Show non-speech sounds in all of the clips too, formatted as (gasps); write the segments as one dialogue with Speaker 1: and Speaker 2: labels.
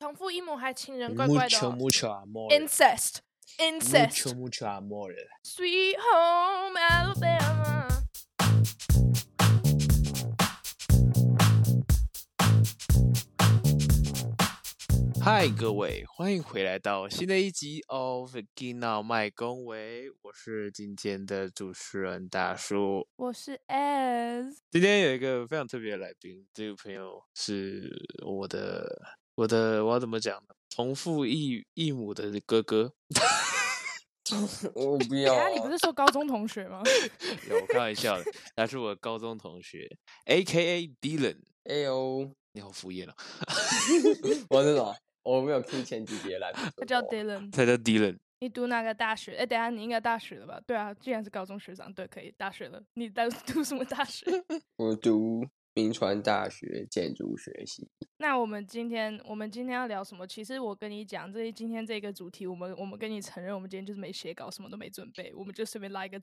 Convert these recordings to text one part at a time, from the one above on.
Speaker 1: 重复一母还情人怪怪的
Speaker 2: mucho
Speaker 1: 哦、
Speaker 2: mucho amor
Speaker 1: incest
Speaker 2: mucho
Speaker 1: incest
Speaker 2: mucho amor
Speaker 1: Sweet Home Alabama。
Speaker 2: 嗨，各位，欢迎回来到新的一集哦 v i g i n a 麦公维，我是今天的主持人大叔。
Speaker 1: 我是 S，
Speaker 2: 今天有一个非常特别的来宾，这个朋友是我的，我的，我要怎么讲呢？同父异异母的哥哥。
Speaker 3: 我不要
Speaker 1: 哎，
Speaker 3: 啊，
Speaker 1: 你不是说高中同学吗？
Speaker 2: 有，我开玩笑的，他是我高中同学，A K A Dylan。
Speaker 3: 哎
Speaker 1: (laughs)
Speaker 3: 呦，
Speaker 2: 你好敷衍哦，
Speaker 3: 我是什么？我没有听前几节来宾说过，
Speaker 1: 他叫 Dylan，
Speaker 2: 他叫 Dylan。
Speaker 1: 你读哪个大学？哎，等一下你应该大学了吧？对啊，既然是高中学长，对，可以大学了。你在 (laughs) 读什么大学？
Speaker 3: 我读明传大学建筑学系。
Speaker 1: 那我们今天我们今天要聊什么？其实我跟你讲，这今天这个主题，我们我们跟你承认，我们今天就是没写稿，什么都没准备，我们就随便拉一个，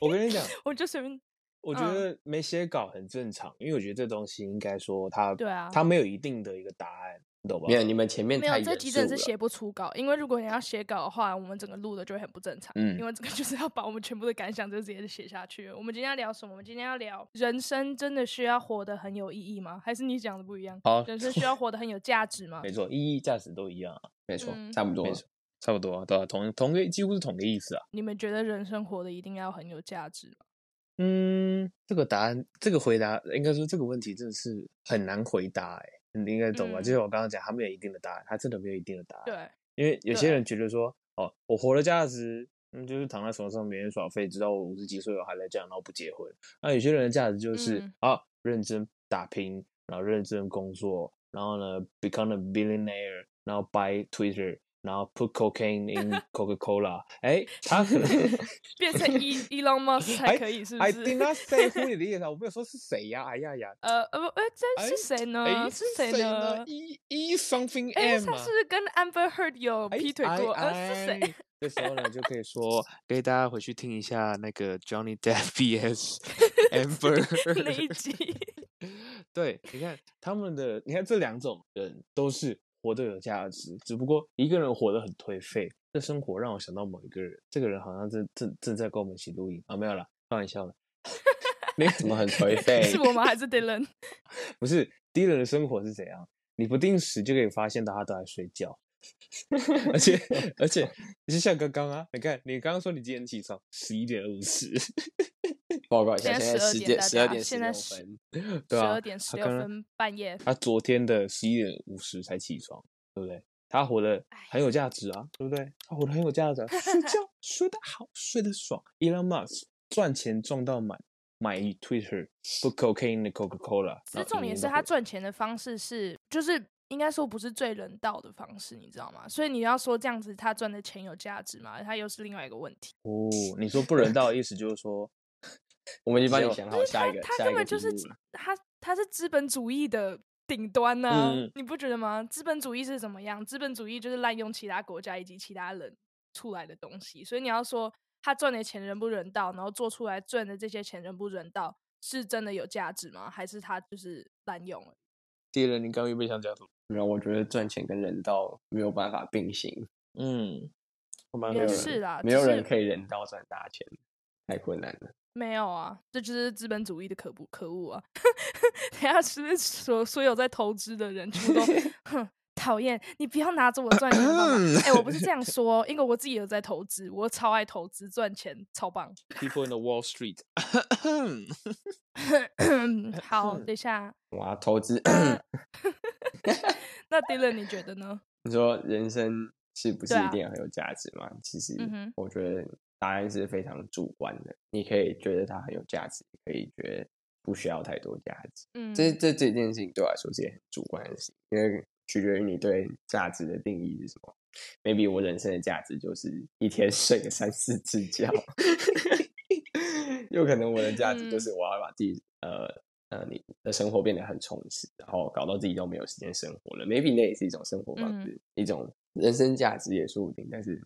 Speaker 2: 我跟你讲，
Speaker 1: (laughs) 我就随便。
Speaker 2: 我觉
Speaker 1: 嗯
Speaker 2: 得没写稿很正常，因为我觉得这东西应该说它，
Speaker 1: 对啊
Speaker 2: 它没有一定的一个答案，你懂吧？
Speaker 3: 没有，你们前面
Speaker 1: 没有，
Speaker 3: 太严肃
Speaker 1: 这
Speaker 3: 了。
Speaker 1: 集真的是写不出稿，因为如果你要写稿的话，我们整个录的就会很不正常。
Speaker 3: 嗯
Speaker 1: 因为这个就是要把我们全部的感想就直接写下去了。我们今天要聊什么？我们今天要聊人生真的需要活得很有意义吗？还是你讲的不一样？
Speaker 3: 好
Speaker 1: 人生需要活得很有价值吗
Speaker 2: 没？错，意义价值都一样啊，
Speaker 3: 没错
Speaker 1: 嗯，
Speaker 3: 差不多
Speaker 2: 没
Speaker 3: 了。
Speaker 2: 错，差不多啊，对啊，同同个几乎是同个意思啊。
Speaker 1: 你们觉得人生活的一定要很有价值吗？
Speaker 2: 嗯，这个答案，这个回答，应该说这个问题真的是很难回答、欸，你应该懂吧？
Speaker 1: 嗯
Speaker 2: 就像我刚刚讲，它没有一定的答案，它真的没有一定的答案。 (laughs)
Speaker 1: 对，
Speaker 2: 因为有些
Speaker 1: 对
Speaker 2: 人觉得说，哦，我活的价值，嗯，就是躺在床上每天耍废，直到我五十几岁我还在这样，然后不结婚。那有些人的价值就是、
Speaker 1: 嗯
Speaker 2: 啊，认真打拼，然后认真工作，然后呢，become a billionaire，然后 buy Twitter，然后 put cocaine
Speaker 1: (laughs)
Speaker 2: in Coca Cola。哎，他可能
Speaker 1: 变成
Speaker 2: (laughs)
Speaker 1: E Elon Musk 才
Speaker 2: I-
Speaker 1: 可以，是不
Speaker 2: 哎 I did
Speaker 1: 是？
Speaker 2: not say who it is，啊我没有说是谁呀、哎呀呀，
Speaker 1: (laughs) 呃呃不，呃，这
Speaker 2: 哎
Speaker 1: 是谁呢？
Speaker 2: 哎，
Speaker 1: 是
Speaker 2: 谁
Speaker 1: 呢？
Speaker 2: ？E E something
Speaker 1: 哎，
Speaker 2: M
Speaker 1: 他
Speaker 2: 啊
Speaker 1: 是不。是跟 Amber Heard 有
Speaker 2: 哎
Speaker 1: 劈腿过？
Speaker 2: 哎
Speaker 1: 呃，是谁？
Speaker 2: 哎这时候呢，就可以说给大家回去听一下那个 Johnny Depp (laughs) vs Amber
Speaker 1: (laughs) 那一
Speaker 2: (laughs)
Speaker 1: 集。
Speaker 2: 对，你看他们的，你看这两种人都是活得有价值，只不过一个人活得很颓废。这生活让我想到某一个人，这个人好像正正正在跟我们一起录音啊，没有啦，开玩笑的。那
Speaker 3: 怎么
Speaker 1: (laughs)
Speaker 3: 很颓
Speaker 2: 哎
Speaker 3: 废？
Speaker 1: 是我吗？还是 Dylan？
Speaker 2: 不是第一人的生活是怎样？你不定时就可以发现到他都在睡觉， (laughs)
Speaker 1: (laughs)
Speaker 2: 而且而且就像刚刚啊，你看你刚刚说你几点起床？十一点五十， (laughs)
Speaker 3: 报告一下，
Speaker 1: 现在
Speaker 3: 现在
Speaker 1: 12
Speaker 3: 十
Speaker 1: 点
Speaker 3: 点
Speaker 1: 大
Speaker 3: 十二
Speaker 1: 家
Speaker 3: 点十
Speaker 1: 现在
Speaker 3: 六
Speaker 1: 是
Speaker 3: 分，
Speaker 2: 对
Speaker 1: 十
Speaker 2: 啊
Speaker 1: 二，点十
Speaker 2: 他
Speaker 1: 六
Speaker 2: 刚刚
Speaker 1: 分半夜。
Speaker 2: 他昨天的十一点五十才起床，对不对？他活得很有价值啊，对不对？他活得很有价值、啊，睡觉睡得好，睡得爽。Elon Musk 赚钱赚到满，买 Twitter，不 cocaine 的 Coca Cola。
Speaker 1: 其实重点是他赚钱的方式是，就是应该说不是最人道的方式，你知道吗？所以你要说这样子他赚的钱有价值吗？他又是另外一个问题。
Speaker 2: 哦，你说不人道的意思就是说，
Speaker 3: 我们已经帮
Speaker 2: 就
Speaker 3: 你
Speaker 2: 是
Speaker 3: 想
Speaker 1: 就
Speaker 3: 好
Speaker 1: 是他
Speaker 3: 下一个
Speaker 1: 他
Speaker 3: 下一
Speaker 1: 根
Speaker 3: 个
Speaker 1: 本
Speaker 3: 题
Speaker 1: 就是
Speaker 3: 目
Speaker 1: 资
Speaker 3: 了。
Speaker 1: 他他是资本主义的顶端呢、
Speaker 2: 嗯
Speaker 1: 你不觉得吗？资本主义是怎么样？资本主义就是滥用其他国家以及其他人出来的东西，所以你要说他赚的钱人不人道，然后做出来赚的这些钱人不人道，是真的有价值吗？还是他就是滥用了？
Speaker 2: 敌人，你刚刚有没有想讲什么？
Speaker 3: 没有，我觉得赚钱跟人道没有办法并行，
Speaker 2: 嗯，我蛮
Speaker 1: 也
Speaker 2: 有人
Speaker 1: 是啦，
Speaker 3: 啊没
Speaker 1: 只
Speaker 3: 有人
Speaker 1: 啊是
Speaker 3: 可以人道赚大钱，太困难了。
Speaker 1: 没有啊，这就是资本主义的可不可恶啊！ (laughs) 等一下是不是所所有在投资的人全部
Speaker 3: (laughs)
Speaker 1: 都哼讨厌？你不要拿着我赚钱的方法。哎、我不是这样说，因为我自己有在投资，我超爱投资，赚钱超棒。 (coughs)
Speaker 2: people in the Wall Street 嗯
Speaker 1: 好，
Speaker 3: 嗯
Speaker 1: 等一
Speaker 3: (coughs)
Speaker 1: 下， (laughs)
Speaker 3: 哇，投资，
Speaker 1: 啊那 Dylan 你觉得呢？
Speaker 3: 你说人生是不是
Speaker 1: 对啊
Speaker 3: 一定要很有价值吗？其实
Speaker 1: 嗯哼
Speaker 3: 我觉得答案是非常主观的，你可以觉得它很有价值，也可以觉得不需要太多价值。
Speaker 1: 嗯，
Speaker 3: 这这这件事情对我来说是一件很主观的事情，因为取决于你对价值的定义是什么。maybe 我人生的价值就是一天睡个三四次
Speaker 1: (laughs)
Speaker 3: 觉，有可能我的价值就
Speaker 1: 嗯
Speaker 3: 是我要把自己、呃呃你的生活变得很充实，然后搞到自己都没有时间生活了。maybe 那也是一种生活方
Speaker 1: 嗯
Speaker 3: 式，一种人生价值也说不定，但是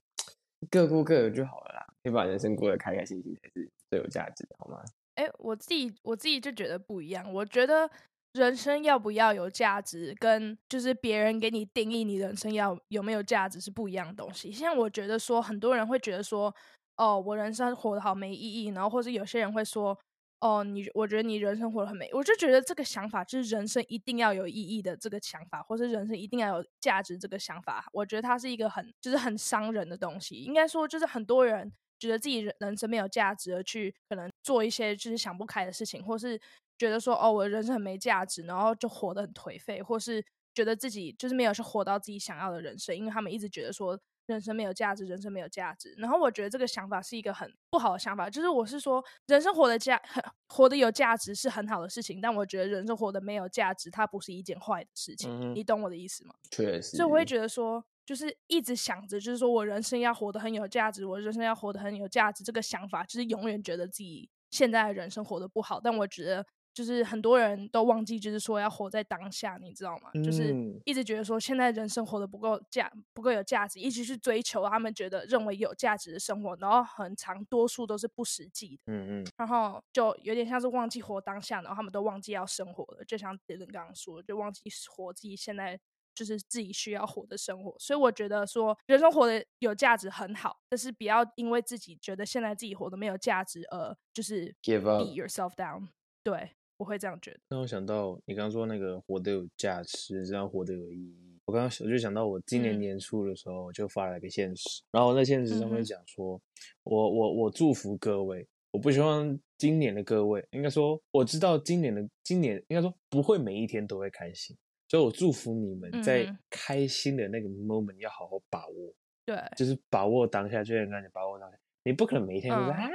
Speaker 3: 各过各的就好了啦，可以把人生过得开开心心才是最有价值的，好吗？
Speaker 1: 哎、我自己我自己就觉得不一样。我觉得人生要不要有价值，跟就是别人给你定义你人生要有没有价值是不一样的东西。像我觉得说，很多人会觉得说，哦，我人生活得好没意义，然后或者有些人会说，哦，你我觉得你人生活得很美，我就觉得这个想法就是人生一定要有意义的这个想法，或是人生一定要有价值这个想法，我觉得它是一个很就是很伤人的东西。应该说，就是很多人觉得自己人人生没有价值而去可能做一些就是想不开的事情，或是觉得说哦我人生很没价值，然后就活得很颓废，或是觉得自己就是没有去活到自己想要的人生，因为他们一直觉得说人生没有价值，人生没有价值。然后我觉得这个想法是一个很不好的想法，就是我是说人生活的价很活得有价值是很好的事情，但我觉得人生活得没有价值，它不是一件坏的事情。
Speaker 2: 嗯哼
Speaker 1: 你懂我的意思吗？
Speaker 3: 确实，
Speaker 1: 所以我会觉得说，就是一直想着，就是说我人生要活得很有价值，我人生要活得很有价值，这个想法就是永远觉得自己现在的人生活得不好。但我觉得，就是很多人都忘记，就是说要活在当下，你知道吗？就是
Speaker 2: 嗯
Speaker 1: 一直觉得说现在人生活得不够价，不够有价值，一直去追求他们觉得认为有价值的生活，然后很长多数都是不实际的，
Speaker 2: 嗯嗯，
Speaker 1: 然后就有点像是忘记活当下，然后他们都忘记要生活了，就像杰伦刚刚说，就忘记活自己现在就是自己需要活的生活。所以我觉得说，人生活的有价值很好，但是不要因为自己觉得现在自己活的没有价值而就是
Speaker 3: Give up
Speaker 1: beat yourself down。对，我会这样觉得。
Speaker 2: 让我想到你刚刚说那个活得有价值，然后活得有意义。我刚刚想我就想到我今年
Speaker 1: 嗯
Speaker 2: 年初的时候，我就发了一个现实，然后那现实
Speaker 1: 嗯
Speaker 2: 上
Speaker 1: 哼
Speaker 2: 面讲说，我我我祝福各位，我不希望今年的各位，应该说我知道今年的今年应该说不会每一天都会开心，所以我祝福你们在
Speaker 1: 嗯
Speaker 2: 开心的那个 moment 要好好把握。
Speaker 1: 对，
Speaker 2: 就是把握当下，就像刚才把握当下，你不可能每一天都是、
Speaker 1: 嗯
Speaker 2: 啊，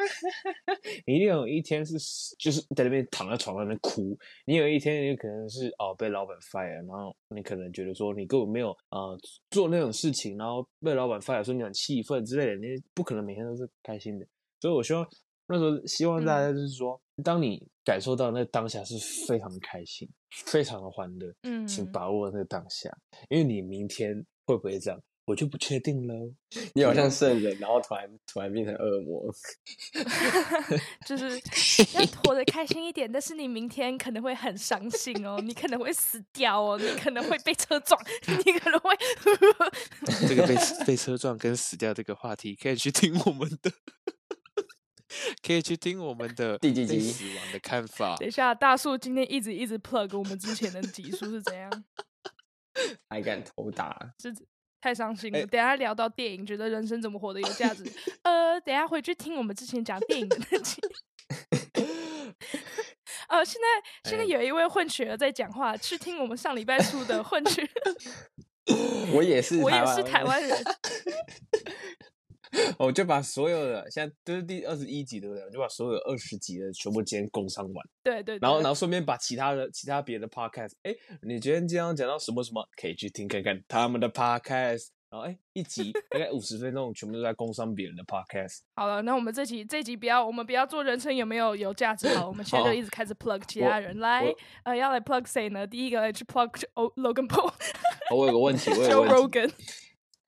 Speaker 2: (laughs) 你一定有一天是就是在那边躺在床上那边哭，你有一天你可能是哦被老板 fire，然后你可能觉得说你根本没有呃做那种事情，然后被老板 fire 说你很气愤之类的，你不可能每天都是开心的，所以我希望那时候希望大
Speaker 1: 嗯
Speaker 2: 家就是说，当你感受到那当下是非常的开心，非常的欢乐，
Speaker 1: 嗯，
Speaker 2: 请把握那个当下，因为你明天会不会这样，我就不确定喽。
Speaker 3: 你
Speaker 2: 嗯
Speaker 3: 好像圣人，然后突然突然变成恶魔， (laughs)
Speaker 1: 就是要活得开心一点，但是你明天可能会很伤心哦，你可能会死掉哦，你可能会被车撞， (laughs) 你可能会
Speaker 2: 这个被被车撞跟死掉这个话题，可以去听我们的， (laughs) 可以去听我们的
Speaker 3: 第几
Speaker 2: 对
Speaker 3: 集
Speaker 2: 死亡的看法
Speaker 1: 等。一下，大树今天一直一直 plug 我们之前的集数是怎样，
Speaker 3: 还敢头打，
Speaker 1: 是太伤心了。
Speaker 2: 哎
Speaker 1: 等一下聊到电影，觉得人生怎么活得有价值？呃，等一下回去听我们之前讲电影的那集。 (laughs) 呃，现在现在
Speaker 2: 哎
Speaker 1: 有一位混血儿在讲话，去听我们上礼拜出的混血儿，
Speaker 3: 我也是，
Speaker 1: 我也是台湾人，
Speaker 2: 我就把所有的现在都是第二十一集，对不对？我就把所有二十集的全部今天工商完，
Speaker 1: 对对对。
Speaker 2: (laughs) 然后然后顺便把其他的其他别的 podcast，哎，你觉得今天讲到什么什么，可以去听看看他们的 podcast。然后哎，一集大概五十分钟，全部都在工商别人的 podcast。
Speaker 1: 好了，那我们这集这集不要，我们不要做人生有没有有价值好，我们现在
Speaker 3: 好
Speaker 1: 就一直开始 plug 其他人来
Speaker 2: 我，
Speaker 1: 呃，要来 plug 谁呢？第一个来去 plug O Logan Paul、
Speaker 2: 哦我有个问题，我有个
Speaker 1: Joe
Speaker 2: 问题。
Speaker 1: Rogan，
Speaker 2: 人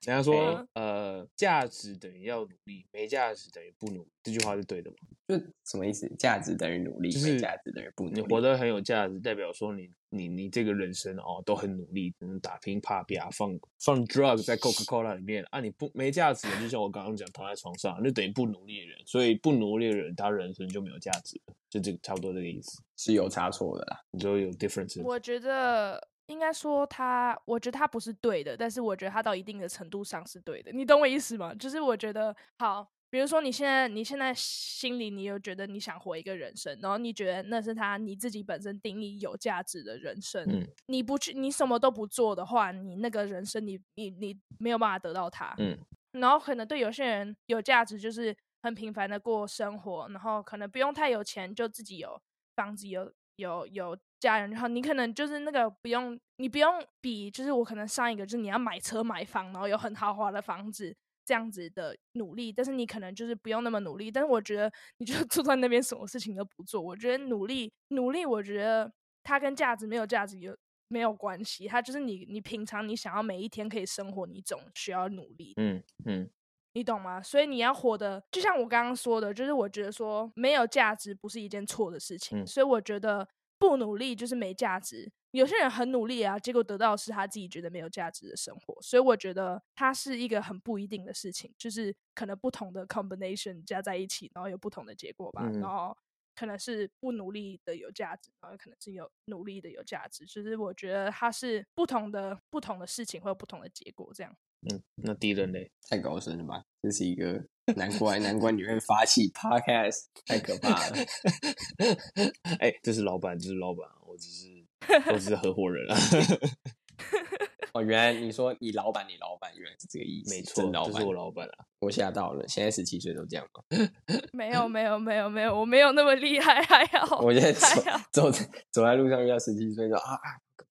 Speaker 2: 家说
Speaker 1: 嗯，
Speaker 2: 呃，价值等于要努力，没价值等于不努力，这句话是对的吗？
Speaker 3: 就什么意思？价值等于努力，
Speaker 2: 就是
Speaker 3: 没价值等于不
Speaker 2: 你
Speaker 3: 努
Speaker 2: 活
Speaker 3: 力。
Speaker 2: 得很有价值，代表说你你你这个人生哦都很努力，嗯，打拼怕比啊，放放 drug 在 Coca Cola 里面啊，你不没价值的，就像我刚刚讲，躺在床上，那等于不努力的人，所以不努力的人，他人生就没有价值了，就这个差不多这个意思。
Speaker 3: 是有差错的啦，
Speaker 2: 你就有 difference，
Speaker 1: 我觉得应该说他，我觉得他不是对的，但是我觉得他到一定的程度上是对的，你懂我意思吗？就是我觉得好。比如说，你现在你现在心里你有觉得你想活一个人生，然后你觉得那是他你自己本身定义有价值的人生，
Speaker 2: 嗯
Speaker 1: 你不去你什么都不做的话，你那个人生你你你没有办法得到它，
Speaker 2: 嗯，
Speaker 1: 然后可能对有些人有价值就是很平凡的过生活，然后可能不用太有钱，就自己有房子有有有家人，然后你可能就是那个不用，你不用比，就是我可能上一个就是你要买车买房，然后有很豪华的房子这样子的努力，但是你可能就是不用那么努力。但是我觉得你就 (laughs) 坐在那边什么事情都不做，我觉得努力努力，我觉得它跟价值没有价值有。没有关系，它就是你，你平常你想要每一天可以生活，你总需要努力的
Speaker 2: 嗯嗯
Speaker 1: 你懂吗？所以你要活的，就像我刚刚说的，就是我觉得说没有价值不是一件错的事情，
Speaker 2: 嗯
Speaker 1: 所以我觉得不努力就是没价值。有些人很努力啊，结果得到的是他自己觉得没有价值的生活。所以我觉得它是一个很不一定的事情，就是可能不同的 combination 加在一起，然后有不同的结果吧。
Speaker 2: 嗯
Speaker 1: 然后可能是不努力的有价值，然后可能是有努力的有价值。就是我觉得它是不同的不同的事情会有不同的结果，这样。
Speaker 2: 嗯，那敌人嘞？ (laughs)
Speaker 3: 太高深了吧？这是一个难怪难怪你会发起 podcast，太 (laughs) 可怕了。
Speaker 2: 哎、这是老板，这是老板，啊我只是我只是合伙
Speaker 3: (laughs)
Speaker 2: 人啊。
Speaker 3: 哦，原来你说你老板，你老板原来是这个意思，
Speaker 2: 没错，
Speaker 3: 真老
Speaker 2: 这
Speaker 3: 板
Speaker 2: 是我，老板啊。
Speaker 3: 我吓到了。现在十七岁都这样吗？
Speaker 1: 没有没有没有没有，我没有那么厉害， (laughs) 还好。
Speaker 2: 哦
Speaker 3: 我现在
Speaker 1: 还
Speaker 2: 哎
Speaker 3: 走
Speaker 1: 好，
Speaker 3: 走在走在路上遇到十七岁说啊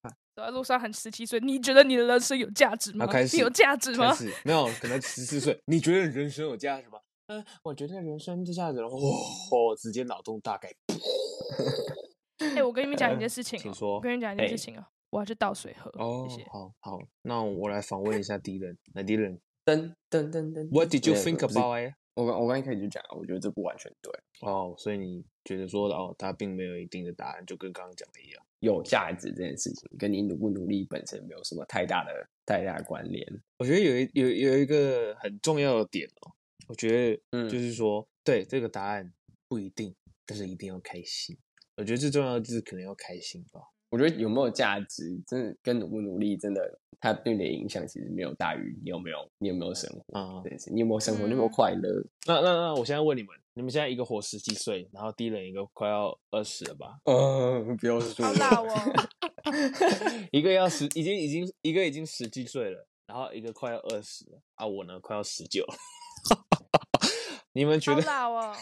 Speaker 3: 啊，
Speaker 1: 走在路上很十七岁，你觉得你的人生有价值吗？
Speaker 2: 要开
Speaker 1: 你有
Speaker 2: 始
Speaker 1: 价值
Speaker 2: 开
Speaker 1: 吗？
Speaker 2: 始没有，可能十四岁，你觉得人生有价值吗？嗯，我觉得人生就价值了。哦，直接脑洞大开。
Speaker 1: 哎、我跟你们讲一件事情、哦，
Speaker 2: 嗯请说
Speaker 1: 我跟你讲一件
Speaker 3: 哎
Speaker 1: 事情哦、我要去倒水喝。
Speaker 2: 哦
Speaker 1: 谢谢，。
Speaker 2: 好好，那我来访问一下敌人。来，敌 (laughs) 人
Speaker 3: 噔噔噔噔。
Speaker 2: ，What did you
Speaker 3: 对
Speaker 2: think
Speaker 3: 我是
Speaker 2: about it？
Speaker 3: 我刚我刚一开始就讲了，我觉得这不完全对，
Speaker 2: 哦，所以你觉得说哦，他并没有一定的答案，就跟刚刚讲的一样。
Speaker 3: 有价值这件事情跟你努不努力本身没有什么太大的太大的关联。
Speaker 2: 我觉得有一有有一个很重要的点哦，我觉得
Speaker 3: 嗯
Speaker 2: 就是说，对这个答案不一定，但是一定要开心。我觉得最重要的就是可能要开心吧。
Speaker 3: 我觉得有没有价值，真的跟努不努力，真的它对你的影响其实没有大于你有没有你有没有生活
Speaker 2: 啊、
Speaker 3: 这件事，你有没有生活，
Speaker 1: 嗯
Speaker 3: 你有没有快乐，
Speaker 2: 那那那，我现在问你们，你们现在一个活十几岁，然后低人一个快要二十了吧？
Speaker 3: 嗯，不要说
Speaker 1: 好辣哦！
Speaker 2: (laughs) 一个要十，已经已经一个已经十几岁了，然后一个快要二十了啊，我呢快要十九了。 (laughs) 你们觉
Speaker 1: 好
Speaker 2: 得？
Speaker 1: 辣
Speaker 2: (laughs)
Speaker 1: 哦！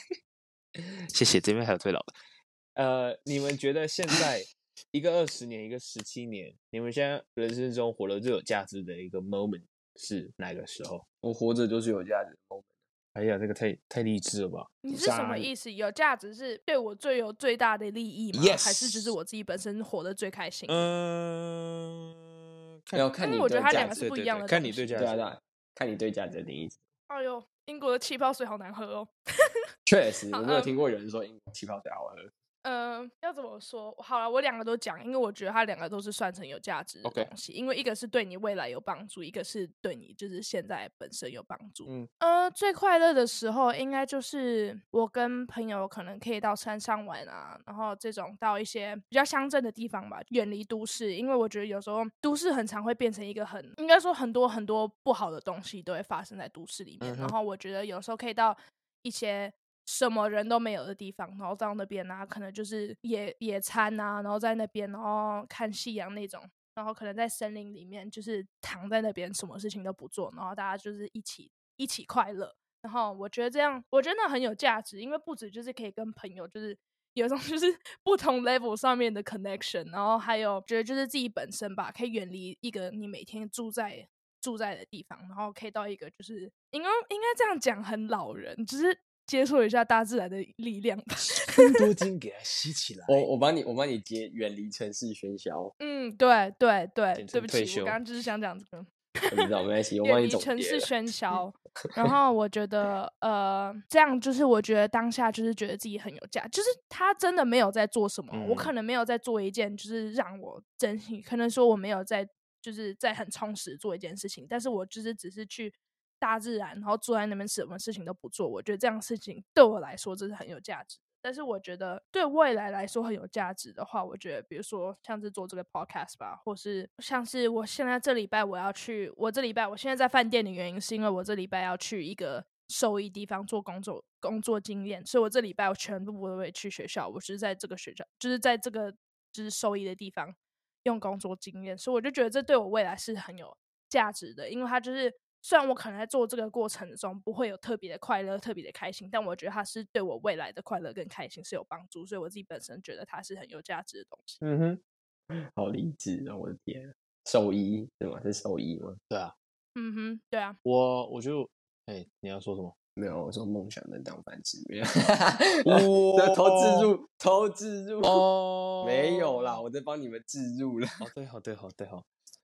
Speaker 2: 谢谢，这边还有最老的。呃，你们觉得现在一个二十年，一个十七年，你们现在人生中活得最有价值的一个 moment 是哪个时候？
Speaker 3: 我活着就是有价值的 moment。
Speaker 2: 哎呀，这个太太励志了吧！
Speaker 1: 你是什
Speaker 3: 渣
Speaker 1: 么
Speaker 3: 女
Speaker 1: 意思？有价值是对我最有最大的利益吗
Speaker 2: Yes
Speaker 1: 还是只是我自己本身活得最开心？
Speaker 2: 嗯，
Speaker 3: 要看
Speaker 1: 因
Speaker 3: 你
Speaker 1: 为我觉
Speaker 3: 对
Speaker 1: 得它
Speaker 3: 价
Speaker 1: 两个
Speaker 3: 值，
Speaker 1: 是不一样的
Speaker 2: 看
Speaker 1: 东
Speaker 2: 你对
Speaker 1: 西
Speaker 2: 价
Speaker 3: 对
Speaker 2: 值
Speaker 3: 啊对啊，看你对价值的定义。
Speaker 1: 哎呦，英国的气泡水好难喝哦。
Speaker 3: 确实，
Speaker 1: 好
Speaker 3: 我没有
Speaker 1: 嗯
Speaker 3: 听过有人说英国气泡水好喝。
Speaker 1: 呃，要怎么说？好了，我两个都讲，因为我觉得它两个都是算成有价值的
Speaker 2: OK
Speaker 1: 东西因为一个是对你未来有帮助，一个是对你就是现在本身有帮助。
Speaker 2: 嗯，
Speaker 1: 呃，最快乐的时候应该就是我跟朋友可能可以到山上玩啊，然后这种到一些比较乡镇的地方吧，远离都市，因为我觉得有时候都市很常会变成一个很，应该说很多很多不好的东西都会发生在都市里面，
Speaker 2: 嗯哼
Speaker 1: 然后我觉得有时候可以到一些什么人都没有的地方，然后到那边啊，可能就是野野餐啊，然后在那边然后看夕阳那种，然后可能在森林里面就是躺在那边，什么事情都不做，然后大家就是一起一起快乐。然后我觉得这样，我觉得那很有价值，因为不止就是可以跟朋友，就是有一种 (laughs) 就是不同 level 上面的 connection，然后还有觉得就是自己本身吧，可以远离一个你每天住在住在的地方，然后可以到一个就是应该应该这样讲很老人，只是接触一下大自然的力量
Speaker 2: (laughs)
Speaker 1: 吧。 (laughs)
Speaker 2: 分多金给它吸起来。
Speaker 3: 我我帮你我帮你接远离城市喧嚣，
Speaker 1: 嗯，对对对
Speaker 2: 简，
Speaker 1: 对
Speaker 2: 称
Speaker 1: 不
Speaker 2: 退
Speaker 1: 起，我
Speaker 2: 休
Speaker 1: 刚刚就是想讲这个。
Speaker 3: 我不知道没关系，我帮
Speaker 1: (laughs) 远
Speaker 3: 你
Speaker 1: 离
Speaker 3: 总
Speaker 1: 城
Speaker 3: 结
Speaker 1: 市
Speaker 3: 了。
Speaker 1: 喧嚣。然后我觉得，呃，这样就是我觉得当下就是觉得自己很有价，就是他真的没有在做什么，我可能没有在做一件就是让我真心，可能说我没有在就是在很充实做一件事情，但是我就是只是去。大自然，然后坐在那边什么事情都不做，我觉得这样的事情对我来说这是很有价值。但是我觉得对未来来说很有价值的话，我觉得比如说像是做这个 podcast 吧，或是像是我现在这礼拜我要去，我这礼拜我现在在饭店的原因是因为我这礼拜要去一个受益地方做工作工作经验，所以我这礼拜我全部不会去学校，我是在这个学校，就是在这个就是受益的地方用工作经验，所以我就觉得这对我未来是很有价值的，因为它就是虽然我可能在做这个过程中不会有特别的快乐、特别的开心，但我觉得它是对我未来的快乐跟开心是有帮助，所以我自己本身觉得它是很有价值的东西。
Speaker 2: 嗯哼，
Speaker 3: 好励志啊！我的天啊，兽医对吗？是兽医吗？
Speaker 2: 对啊，
Speaker 1: 嗯哼，对啊，
Speaker 2: 我我就哎、你要说什么？
Speaker 3: 没有，我说梦想能当饭吃，没有。 (laughs)
Speaker 2: (laughs) 哇
Speaker 3: 投自入，投自入。
Speaker 2: 哦
Speaker 3: (laughs) 没有啦，我在帮你们置入了。
Speaker 2: 哦，对好，对好，对好。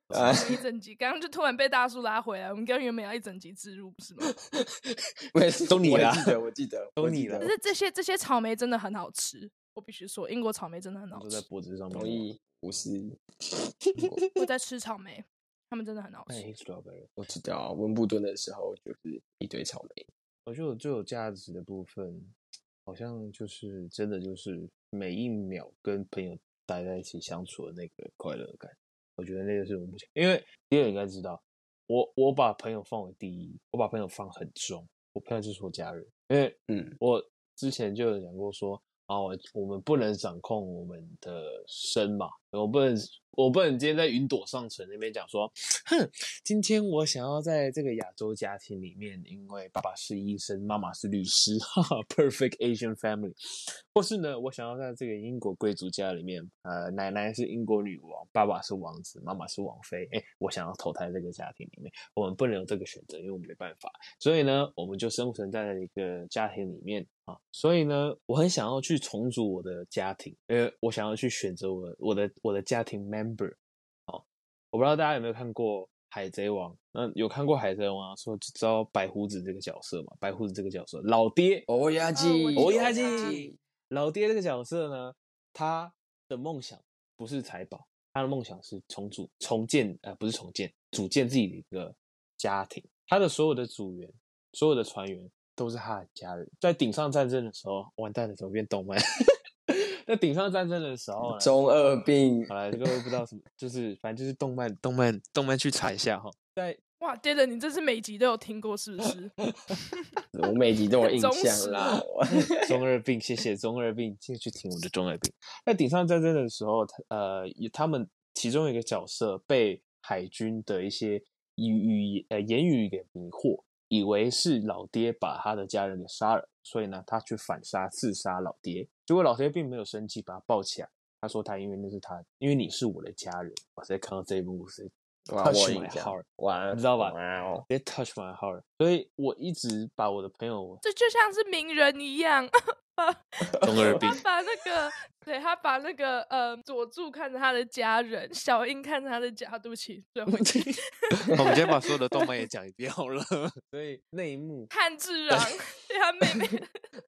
Speaker 3: 啊，
Speaker 1: 我们一整集刚刚就突然被大叔拉回来，我们刚刚原本要一整集置入，不 (laughs) 是吗？
Speaker 3: 我也是
Speaker 2: 都你
Speaker 3: (laughs) 我也
Speaker 2: 啦
Speaker 3: 记得，我记得，
Speaker 2: 都
Speaker 3: 我
Speaker 2: 你
Speaker 3: 记
Speaker 2: 啦
Speaker 3: 得
Speaker 1: 可是这些这些草莓真的很好吃，我必须说，英国草莓真的很好
Speaker 2: 都在
Speaker 1: 吃。
Speaker 2: 脖子上面。
Speaker 3: 同意五十，
Speaker 1: 我在哎吃草莓，他们真的很好
Speaker 2: 那
Speaker 1: 吃。
Speaker 2: 也是 strawberry。
Speaker 3: 我知道温布顿的时候就是一堆草莓，
Speaker 2: 我觉得我最有价值的部分，好像就是真的就是每一秒跟朋友待在一起相处的那个快乐感。我觉得那个是我目前，因为第二应该知道，我我把朋友放为第一，我把朋友放很重，我朋友就是我家人，因为
Speaker 3: 嗯，
Speaker 2: 我之前就有讲过说啊，我我们不能掌控我们的身嘛，我不能我不能今天在云朵上层那边讲说，哼，今天我想要在这个亚洲家庭里面，因为爸爸是医生，妈妈是律师，哈哈，perfect Asian family，或是呢，我想要在这个英国贵族家里面，呃，奶奶是英国女王，爸爸是王子，妈妈是王妃，哎，我想要投胎这个家庭里面，我们不能有这个选择，因为我们没办法。所以呢，我们就生存在一个家庭里面啊。所以呢，我很想要去重组我的家庭，呃，我想要去选择我我的我的家庭 member。哦，我不知道大家有没有看过《海贼王》？那有看过《海贼王》啊？说就知道白胡子这个角色嘛？白胡子这个角色，老爹，
Speaker 3: 欧亚季，
Speaker 1: 哦
Speaker 2: 我
Speaker 3: 欧
Speaker 2: 知道
Speaker 3: 亚
Speaker 2: 欧亚季
Speaker 3: 季，
Speaker 2: 老爹这个角色呢，他的梦想不是财宝，他的梦想是重组、重建，呃，不是重建，组建自己的一个家庭。他的所有的组员、所有的船员都是他的家人。在顶上战争的时候，完蛋了，怎么变动漫？ (laughs) 在顶上战争的时候呢，
Speaker 3: (laughs) 中二病，
Speaker 2: 好了，这个我不知道什么，就是反正就是动漫、动漫、动漫去查一下哈。在
Speaker 1: 哇，爹的，你这是每集都有听过是不是？ (laughs)
Speaker 3: 我每集都有印
Speaker 1: 忠实
Speaker 3: 象啦，我
Speaker 2: 中二病，谢谢中二病，继续听我的中二病。在顶上战争的时候，他呃，也他们其中一个角色被海军的一些语语呃言语给迷惑，以为是老爹把他的家人给杀了，所以呢，他去反杀刺杀老爹。结果老爹并没有生气，把他抱起来。他说他因为那是他，因为你是我的家人。我在看到这一幕，我是 (laughs)
Speaker 3: 哇，
Speaker 2: touch
Speaker 3: (laughs) 我有
Speaker 2: my
Speaker 3: 印象
Speaker 2: heart，
Speaker 3: 哇，
Speaker 2: 你知道吧
Speaker 3: 哇哦，
Speaker 2: they touch my heart。所以我一直把我的
Speaker 1: (laughs)
Speaker 2: 朋友
Speaker 1: 这就像是名人一样，
Speaker 2: 中二病
Speaker 1: 他把那个，对他把那个呃佐助看着他的家人，小樱看着他的家，对不起，对不起，
Speaker 2: (laughs) 我们今天把所有的动漫也讲一遍好了。 (laughs) 所以那一幕
Speaker 1: 炭
Speaker 2: (laughs)
Speaker 1: 治
Speaker 2: 哎
Speaker 1: 郎对他妹妹，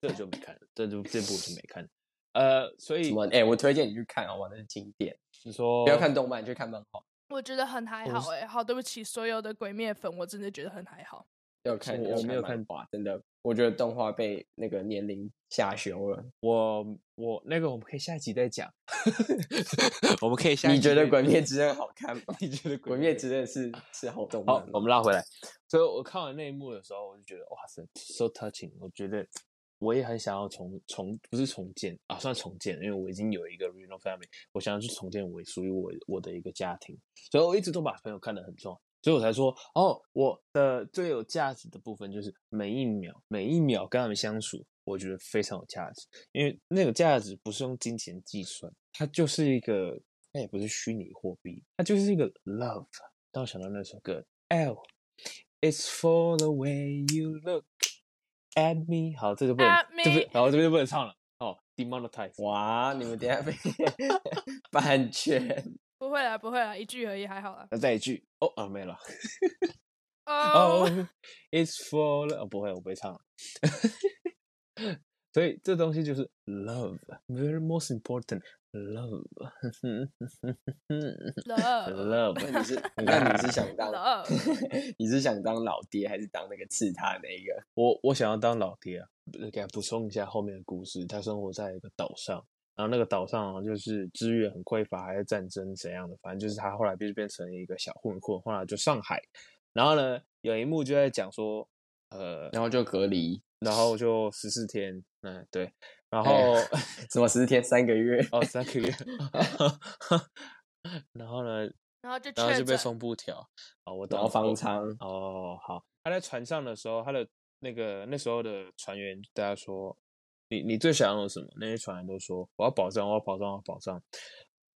Speaker 2: 这就没看了，这就这部我就没看。呃，所以
Speaker 3: 什么？哎，我推荐你去看，好吧，那是经典，
Speaker 2: 你说
Speaker 3: 不要看动漫，去看漫画，
Speaker 1: 我觉得很还
Speaker 2: 我
Speaker 1: 好哎、好，对不起，所有的鬼灭粉，我真的觉得很还好。
Speaker 3: 要看，
Speaker 2: 我
Speaker 3: 要
Speaker 2: 我没有
Speaker 3: 漫画，真的，我觉得动画被那个年龄下修了。
Speaker 2: 我我那个我们可以下一集再
Speaker 3: (laughs)
Speaker 2: 讲， (laughs) 我们可以下一
Speaker 3: 你
Speaker 2: 集
Speaker 3: 觉得
Speaker 2: 再
Speaker 3: 《鬼
Speaker 2: (laughs)
Speaker 3: 灭之刃》好看吗？
Speaker 2: 你觉得
Speaker 3: 《鬼灭之刃》是是好动漫
Speaker 2: 好，哦我
Speaker 3: 吗？
Speaker 2: 们拉回来。所以我看完那一幕的时候，我就觉得哇塞，so touching。我觉得我也很想要重重，不是重建啊，算重建，因为我已经有一个 real family，我想要去重建我属于我我的一个家庭。所以我一直都把朋友看得很重，所以我才说哦，我的最有价值的部分就是每一秒，每一秒跟他们相处，我觉得非常有价值。因为那个价值不是用金钱计算，它就是一个，它也不是虚拟货币，它就是一个 love。当我想到那首歌，L。It's for the way you look at me。好，这个不能
Speaker 1: At，
Speaker 2: 这不
Speaker 1: me，
Speaker 2: 然后这边就不能唱了。哦，demonetize。
Speaker 3: 哇，你们
Speaker 2: (laughs)
Speaker 3: 等一下被 (laughs) 版权，
Speaker 1: 不会啦，不会啦，一句而已，还好啦。
Speaker 2: 那再一句，哦啊，没了。
Speaker 1: 哦、
Speaker 2: 哦、i t s for love，、哦、不会，我不会唱了。 (laughs) 所以这东西就是 love，very most important love
Speaker 1: love
Speaker 2: love。
Speaker 3: 那你是
Speaker 2: (laughs)
Speaker 3: 那你是想当
Speaker 1: love，
Speaker 3: (laughs) 你是想当老爹还是当那个刺他的那一个？
Speaker 2: 我我想要当老爹啊！给他补充一下后面的故事，他生活在一个岛上，然后那个岛上啊就是资源很匮乏，还是战争怎样的，反正就是他后来变变成一个小混混，后来就上海，然后呢有一幕就在讲说，呃，
Speaker 3: 然后就隔离，
Speaker 2: 然后就十四天，嗯对，然后、
Speaker 3: 哎什么十天三个月，
Speaker 2: 哦三个月， (laughs) 然后呢，
Speaker 1: 然后就
Speaker 2: (laughs) 然后
Speaker 1: 确
Speaker 2: 就被
Speaker 1: 诊
Speaker 2: 送布条啊、我
Speaker 3: 然
Speaker 2: 懂
Speaker 3: 后方
Speaker 2: 我
Speaker 3: 舱，
Speaker 2: 哦，好，他在船上的时候，他的那个那时候的船员对他说：“你你最想要的是什么？”那些船员都说：“我要保障，我要保障，我要保障。”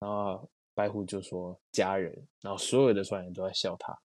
Speaker 2: 然后白虎就说：“家人。”然后所有的船员都在笑他。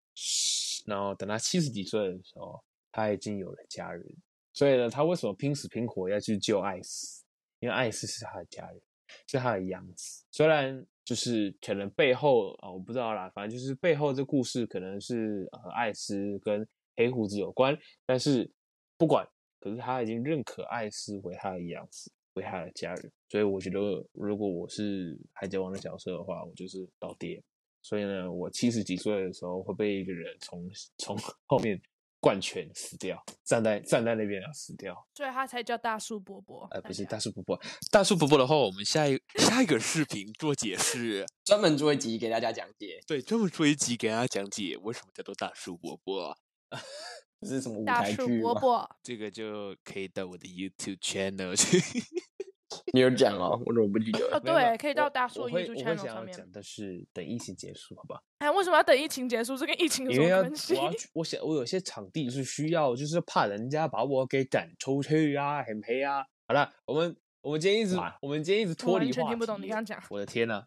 Speaker 2: 然后等他七十几岁的时候，他已经有了家人，所以呢，他为什么拼死拼活要去救艾斯？因为艾斯是他的家人，是他的养子。虽然就是可能背后啊、我不知道啦，反正就是背后这故事可能是呃艾斯跟黑胡子有关，但是不管，可是他已经认可艾斯为他的养子。为他的家人。所以我觉得，如果我是海贼王的角色的话，我就是老爹。所以呢，我七十几岁的时候会被一个人从从后面灌拳死掉，站在站在那边要死掉。
Speaker 1: 所以他才叫大树伯伯。
Speaker 2: 呃，不是
Speaker 1: 大
Speaker 2: 大
Speaker 1: 家
Speaker 2: 树伯伯，
Speaker 4: 大树伯伯的话，我们下一 (laughs) 下一个视频做解释，
Speaker 3: 专门做一集给大家讲解，
Speaker 4: 对，专门做一集给大家讲解为什么叫做大树伯伯。
Speaker 3: 这是什么舞
Speaker 1: 大
Speaker 3: 台
Speaker 1: 树
Speaker 3: 剧
Speaker 1: 伯
Speaker 2: (laughs)
Speaker 1: 哦
Speaker 3: 吗？
Speaker 1: 伯。
Speaker 4: 这个就可以到我的 YouTube channel
Speaker 2: (laughs)
Speaker 4: 去。
Speaker 3: 你有讲哦，我怎么不记得？
Speaker 1: 哦，
Speaker 2: 没有
Speaker 1: 对，可以到
Speaker 2: 我
Speaker 1: 大树
Speaker 2: 我会
Speaker 1: YouTube
Speaker 2: 我会
Speaker 1: channel
Speaker 2: 想
Speaker 1: 上
Speaker 2: 要
Speaker 1: 面。
Speaker 2: 讲的是，等疫情结束，好吧？
Speaker 1: 哎，为什么要等疫情结束？这跟疫情有
Speaker 2: 因
Speaker 1: 什
Speaker 2: 为要
Speaker 1: 么
Speaker 2: 我
Speaker 1: 关系？ (laughs)
Speaker 2: 要去，我想我有些场地是需要，就是怕人家把我给赶出去啊，很黑啊。好了，我们我们今天一直
Speaker 3: 哇
Speaker 2: 我们今天一直
Speaker 1: 我
Speaker 2: 脱
Speaker 1: 完
Speaker 2: 离
Speaker 1: 全
Speaker 2: 话
Speaker 1: 听不懂
Speaker 2: 题
Speaker 1: 你
Speaker 2: 耶
Speaker 1: 刚刚讲
Speaker 2: 我的天呐、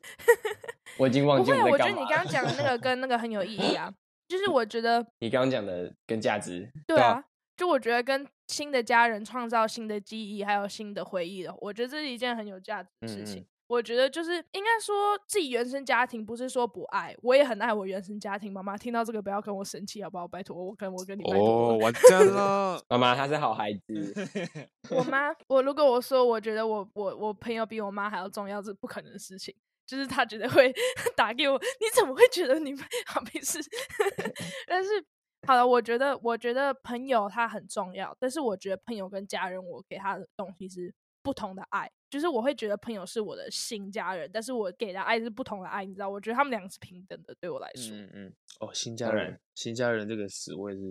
Speaker 3: 我已经忘
Speaker 1: 不
Speaker 3: 记
Speaker 1: 会，
Speaker 3: 们
Speaker 1: 我觉
Speaker 3: 在干
Speaker 1: 得
Speaker 3: 嘛
Speaker 1: 你
Speaker 3: 了。
Speaker 1: 刚刚讲的那个跟那个很有意义啊，就是我觉得
Speaker 3: 你刚刚讲的跟价值，
Speaker 1: 对
Speaker 2: 对啊
Speaker 1: 啊，就我觉得跟新的家人创造新的记忆，还有新的回忆的，我觉得这是一件很有价值的事情。
Speaker 2: 嗯
Speaker 1: 我觉得就是应该说自己原生家庭，不是说不爱，我也很爱我原生家庭。妈妈听到这个不要跟我生气好不好？拜托，我跟我跟你拜托
Speaker 4: 哦，
Speaker 1: 了。
Speaker 4: 完蛋了！
Speaker 3: 妈妈她是好孩子，
Speaker 2: (laughs)
Speaker 1: 我妈，我如果我说我觉得我我我朋友比我妈还要重要，这是不可能的事情。就是她绝对会 (laughs) 打给我，你怎么会觉得你 (laughs) 好没事？但是好了，我觉得我觉得朋友他很重要，但是我觉得朋友跟家人，我给他的东西是不同的爱。就是我会觉得朋友是我的新家人，但是我给的爱是不同的爱，你知道？我觉得他们两个是平等的，对我来说。
Speaker 2: 嗯嗯嗯，哦，新家
Speaker 3: 当
Speaker 2: 人
Speaker 3: 然，
Speaker 2: 新家人这个词，我也是，